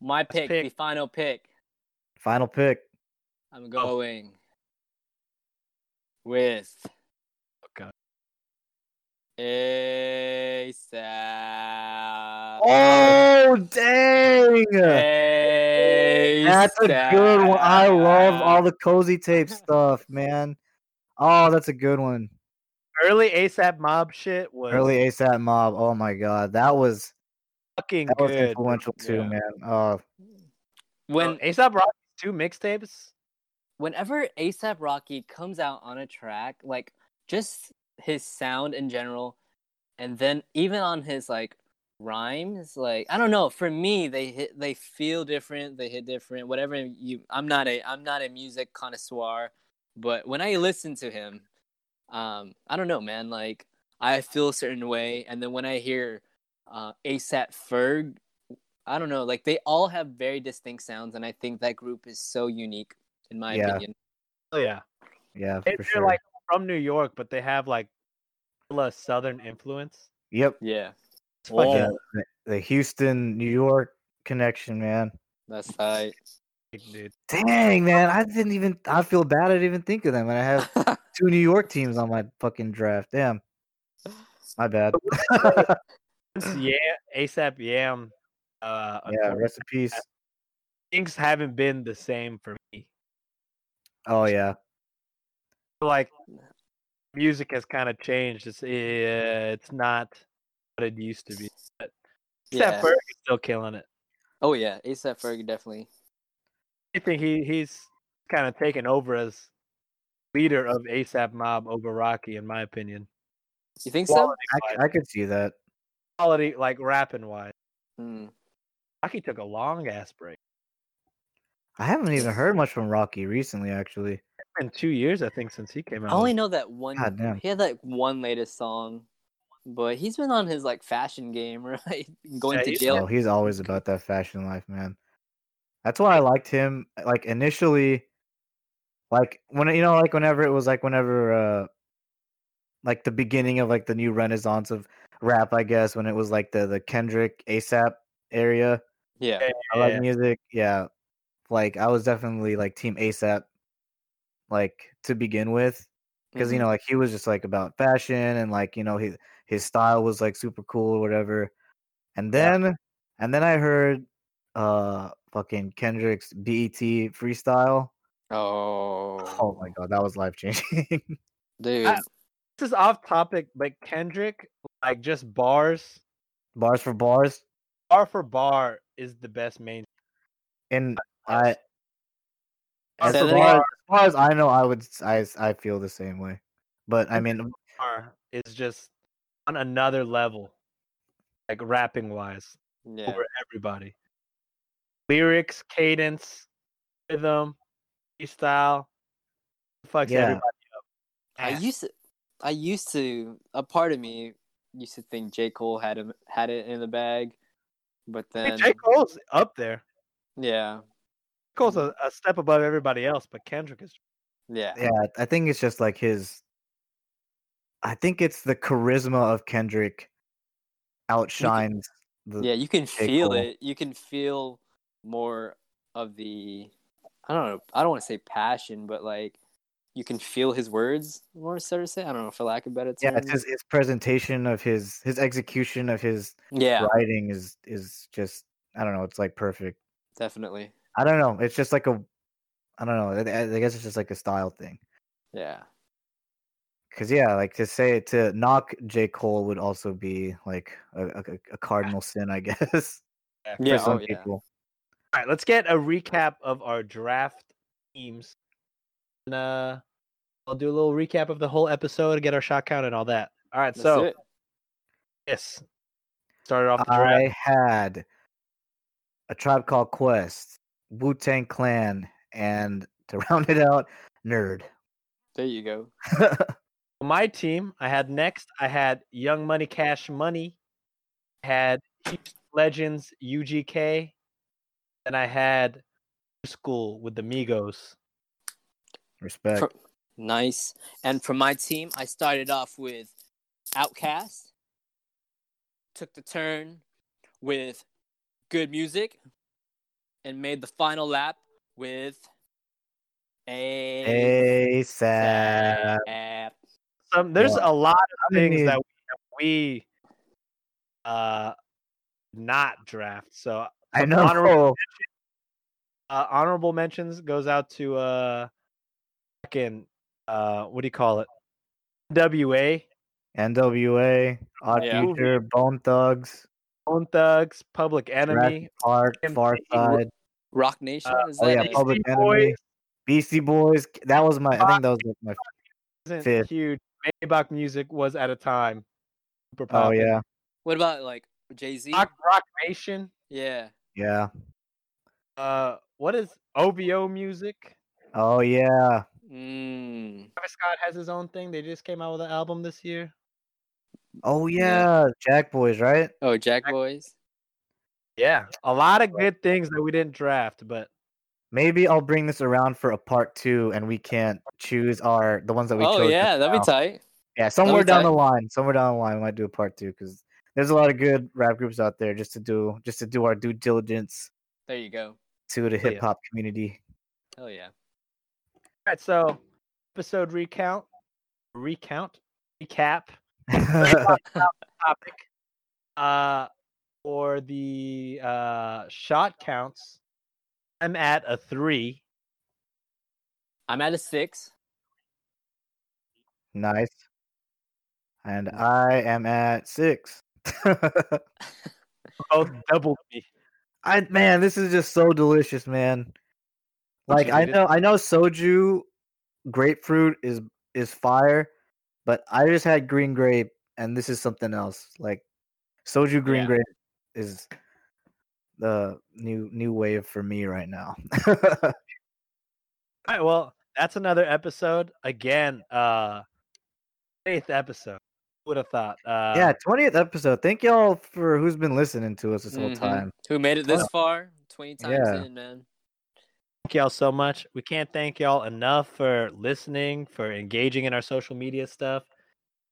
Speaker 3: my pick,
Speaker 2: pick.
Speaker 3: the final pick.
Speaker 1: Final pick.
Speaker 2: Oh.
Speaker 3: I'm going with
Speaker 2: God.
Speaker 3: ASAP.
Speaker 1: Oh dang. That's a good one. I love all the
Speaker 2: [LAUGHS]
Speaker 1: cozy tape stuff, man. Oh, that's a good one.
Speaker 2: early ASAP mob shit was
Speaker 1: Early ASAP mob. Oh my god. That was
Speaker 2: fucking
Speaker 1: that was
Speaker 2: good.
Speaker 1: influential too,
Speaker 2: Yeah.
Speaker 1: man. Oh eh.
Speaker 3: when
Speaker 2: ASAP Rocky's two mixtapes,
Speaker 3: whenever ASAP Rocky comes out on a track, like just his sound in general, and then even on his like rhymes, like I don't know. For me, they hit, they feel different. They hit different. Whatever you, I'm not a, I'm not a music connoisseur, but when I listen to him, um, I don't know, man. Like I feel a certain way, and then when I hear uh, ASAP Ferg. I don't know, like they all have very distinct sounds, and I think that group is so unique in my
Speaker 1: Yeah.
Speaker 3: opinion.
Speaker 2: oh yeah,
Speaker 1: yeah,
Speaker 2: they,
Speaker 1: for
Speaker 2: are
Speaker 1: sure.
Speaker 2: like from New York, but they have like a southern influence.
Speaker 1: yep.
Speaker 3: Yeah,
Speaker 2: It's fucking
Speaker 3: Oh.
Speaker 1: Yeah, the- the Houston, New York connection, man.
Speaker 3: that's
Speaker 1: [LAUGHS]
Speaker 3: right.
Speaker 2: sick, dude.
Speaker 1: Dang, man, I didn't even. I feel bad. I didn't even think of them, and I have two New York teams on my fucking draft. Damn, my bad.
Speaker 2: Yeah, ASAP Yam. Uh,
Speaker 1: yeah, rest in peace.
Speaker 2: things haven't been the same for me.
Speaker 1: Oh yeah,
Speaker 2: Like music has kind of changed. It's yeah, it's not what it used to be. But
Speaker 3: yeah.
Speaker 2: yeah. Ferg is still killing it.
Speaker 3: Oh yeah, ASAP Ferg definitely.
Speaker 2: I think he he's kind of taken over as leader of ASAP Mob over Rocky, in my opinion.
Speaker 3: You think so?
Speaker 2: Quality,
Speaker 1: I, c- I could see that.
Speaker 2: quality like rapping wise.
Speaker 3: Hmm.
Speaker 2: Rocky took a long ass break.
Speaker 1: I haven't even heard much from Rocky recently, actually.
Speaker 2: It's been two years, I think, since he came out.
Speaker 3: I only know that one.
Speaker 1: God damn.
Speaker 3: He had that one latest song, but he's been on his like fashion game, [LAUGHS] right? Going
Speaker 2: Yeah,
Speaker 3: to
Speaker 2: he's-
Speaker 3: jail.
Speaker 1: Oh, he's always about that fashion life, man. That's why I liked him. Like initially, like when you know, like whenever it was like whenever, uh like the beginning of like the new renaissance of rap, I guess, when it was like the the Kendrick ASAP area.
Speaker 3: Yeah.
Speaker 1: I like music. Yeah, like I was definitely like team ASAP, like to begin with, because
Speaker 3: Mm-hmm.
Speaker 1: you know, like he was just like about fashion and like you know his his style was like super cool or whatever. And
Speaker 2: Yeah.
Speaker 1: then and then I heard uh fucking Kendrick's BET freestyle.
Speaker 3: Oh,
Speaker 1: Oh my god, that was life changing.
Speaker 3: dude.
Speaker 2: I- this is off topic, but Kendrick like just bars,
Speaker 1: [LAUGHS] Bars for bars.
Speaker 2: bar for bar is the best main.
Speaker 1: And I,
Speaker 2: Bar
Speaker 1: as
Speaker 3: Say
Speaker 1: far
Speaker 3: that
Speaker 2: for bar,
Speaker 1: as, far as I know, I would s- I s- I feel the same way. But I mean,
Speaker 3: Uh-huh.
Speaker 2: bar is just on another level, like rapping wise,
Speaker 3: Yeah.
Speaker 2: for everybody. Lyrics, cadence, rhythm, style, fucks
Speaker 1: Yeah.
Speaker 2: everybody
Speaker 3: I
Speaker 2: up.
Speaker 3: used to, I used to. A part of me used to think J Cole had him had it in the bag, but
Speaker 2: Hey,
Speaker 3: then
Speaker 2: J. Cole's up there.
Speaker 3: yeah,
Speaker 2: Cole's a, a step above everybody else, but Kendrick is
Speaker 3: yeah,
Speaker 1: yeah, I think it's just like his. I think it's the charisma of Kendrick outshines the
Speaker 3: yeah. You can feel
Speaker 1: Cole.
Speaker 3: it. You can feel more of the. I don't know. I don't want to say passion, but like you can feel his words more. So to say, I don't know for lack of better
Speaker 1: yeah,
Speaker 3: term.
Speaker 1: it's his, his presentation of his his execution of his
Speaker 3: yeah,
Speaker 1: writing is is just I don't know. It's like perfect.
Speaker 3: definitely.
Speaker 1: I don't know. It's just like a I don't know. I, I guess it's just like a style thing.
Speaker 3: Yeah,
Speaker 1: Cause yeah, like to say to knock J Cole would also be like a, a, a
Speaker 3: [LAUGHS]
Speaker 1: cardinal sin, I guess. [LAUGHS]
Speaker 2: Yeah,
Speaker 1: for
Speaker 3: yeah,
Speaker 1: some
Speaker 3: oh, yeah.
Speaker 1: people.
Speaker 2: All right, let's get a recap of our draft teams. And uh I'll do a little recap of the whole episode, get our shot count and all that. All right,
Speaker 3: That's
Speaker 2: so
Speaker 3: it.
Speaker 2: yes. Started off the draft.
Speaker 1: I had a tribe called Quest, Wu Tang Clan, and [LAUGHS] to round it out, Nerd.
Speaker 3: there you go.
Speaker 2: My team, I had next, I had Young Money Cash Money, I had Houston Legends UGK, and I had New School with the Migos.
Speaker 1: Respect.
Speaker 3: For- Nice. And for my team, I started off with Outcast. Took the turn with good music and made the final lap with a
Speaker 1: ASAP.
Speaker 3: app.
Speaker 2: Some there's
Speaker 1: Yeah.
Speaker 2: a lot
Speaker 1: I
Speaker 2: of things
Speaker 1: mean-
Speaker 2: that we, that we uh not draft. So
Speaker 1: I know.
Speaker 2: honorable- uh, honorable mentions goes out to uh fucking uh what do you call it wa
Speaker 1: NWA, Odd
Speaker 3: Yeah.
Speaker 1: Future, Bone Thugs,
Speaker 2: Bone thugs public enemy
Speaker 1: Jurassic Park,
Speaker 2: and
Speaker 1: Far
Speaker 2: Beastie Boys.
Speaker 1: Side,
Speaker 3: Rock Nation?
Speaker 2: Uh,
Speaker 3: Is
Speaker 1: oh,
Speaker 3: that
Speaker 1: yeah,
Speaker 3: it?
Speaker 1: Public-
Speaker 2: Beastie
Speaker 1: Enemy.
Speaker 2: Boys
Speaker 1: Beastie Boys. That was my. I think that was like my.
Speaker 2: isn't
Speaker 1: Fifth.
Speaker 2: huge maybach music was at a time super
Speaker 1: Oh
Speaker 2: popular
Speaker 1: yeah,
Speaker 3: What about like Jay Z?
Speaker 2: rock, rock nation
Speaker 3: Yeah.
Speaker 1: yeah.
Speaker 2: uh what is ovo music
Speaker 1: Oh yeah.
Speaker 3: Mm.
Speaker 2: Travis Scott has his own thing. They just came out with an album this year.
Speaker 1: Oh yeah.
Speaker 3: Yeah.
Speaker 1: Jack Boys, right?
Speaker 3: Oh, Jack
Speaker 2: Jack-
Speaker 3: Boys?
Speaker 2: Yeah, a lot of good things that we didn't draft, but
Speaker 1: Maybe I'll bring this around for a part two, and we can't choose our the ones that we chose.
Speaker 3: Oh,
Speaker 1: just
Speaker 3: yeah. That'd
Speaker 1: now.
Speaker 3: be tight.
Speaker 1: Yeah, somewhere down
Speaker 3: That'll be
Speaker 1: the line, somewhere down the line, we might do a part two because there's a lot of good rap groups out there just to do just to do our due diligence
Speaker 3: There you go.
Speaker 1: to the
Speaker 2: yeah.
Speaker 1: hip hop community.
Speaker 3: Hell yeah.
Speaker 2: All right, so episode recount, recount, recap topic uh, for the uh, shot counts. I'm at a three.
Speaker 3: I'm at a six.
Speaker 1: [LAUGHS] nice. And I am at six. [LAUGHS]
Speaker 2: Both doubled me.
Speaker 1: I man, this is just so delicious, man. Like
Speaker 2: you
Speaker 1: I
Speaker 2: did-
Speaker 1: know, I know soju, grapefruit is is fire, but I just had green grape, and this is something else. Like
Speaker 2: Oh,
Speaker 1: soju green
Speaker 3: Yeah.
Speaker 1: grape is the new new wave for me right now. [LAUGHS]
Speaker 2: All right, well, that's another episode. Again, uh, eighth episode. Would have thought. Uh,
Speaker 1: yeah, twentieth episode. Thank y'all for who's been listening to us this whole
Speaker 2: Mm-hmm.
Speaker 3: Mhm.
Speaker 1: time.
Speaker 3: Who made it this
Speaker 1: Wow.
Speaker 3: far? 20 times
Speaker 1: Oh. Yeah.
Speaker 3: in, man.
Speaker 2: thank y'all so much. We can't thank y'all enough for listening, for engaging in our social media stuff,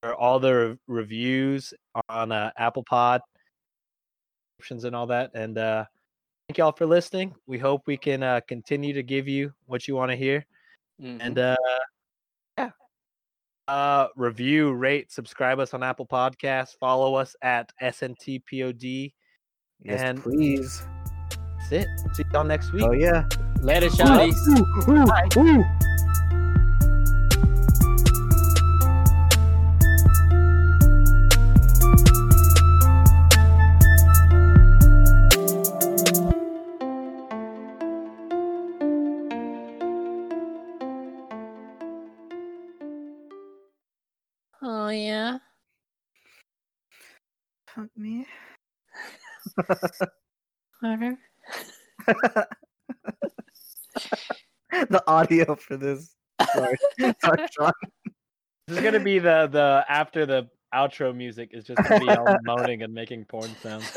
Speaker 2: for all the re- reviews on uh, Apple Pod, options and all that. And uh, thank y'all for listening. We hope we can uh, continue to give you what you want to hear.
Speaker 3: Mhm.
Speaker 1: Mm-hmm.
Speaker 2: And uh, yeah, uh, review, rate, subscribe us on Apple Podcasts, follow us at SNTPOD.
Speaker 1: Yes,
Speaker 2: And-
Speaker 1: please.
Speaker 2: That's it. See y'all next week.
Speaker 1: Oh yeah.
Speaker 3: Later, shotties.
Speaker 2: Bye.
Speaker 3: Oh yeah.
Speaker 1: Fuck me.
Speaker 3: Harder.
Speaker 1: [LAUGHS] the audio for this.
Speaker 2: [LAUGHS]
Speaker 1: Sorry. Sorry, Sean.
Speaker 2: This is gonna be the the after the outro music is just gonna be all moaning and making porn sounds.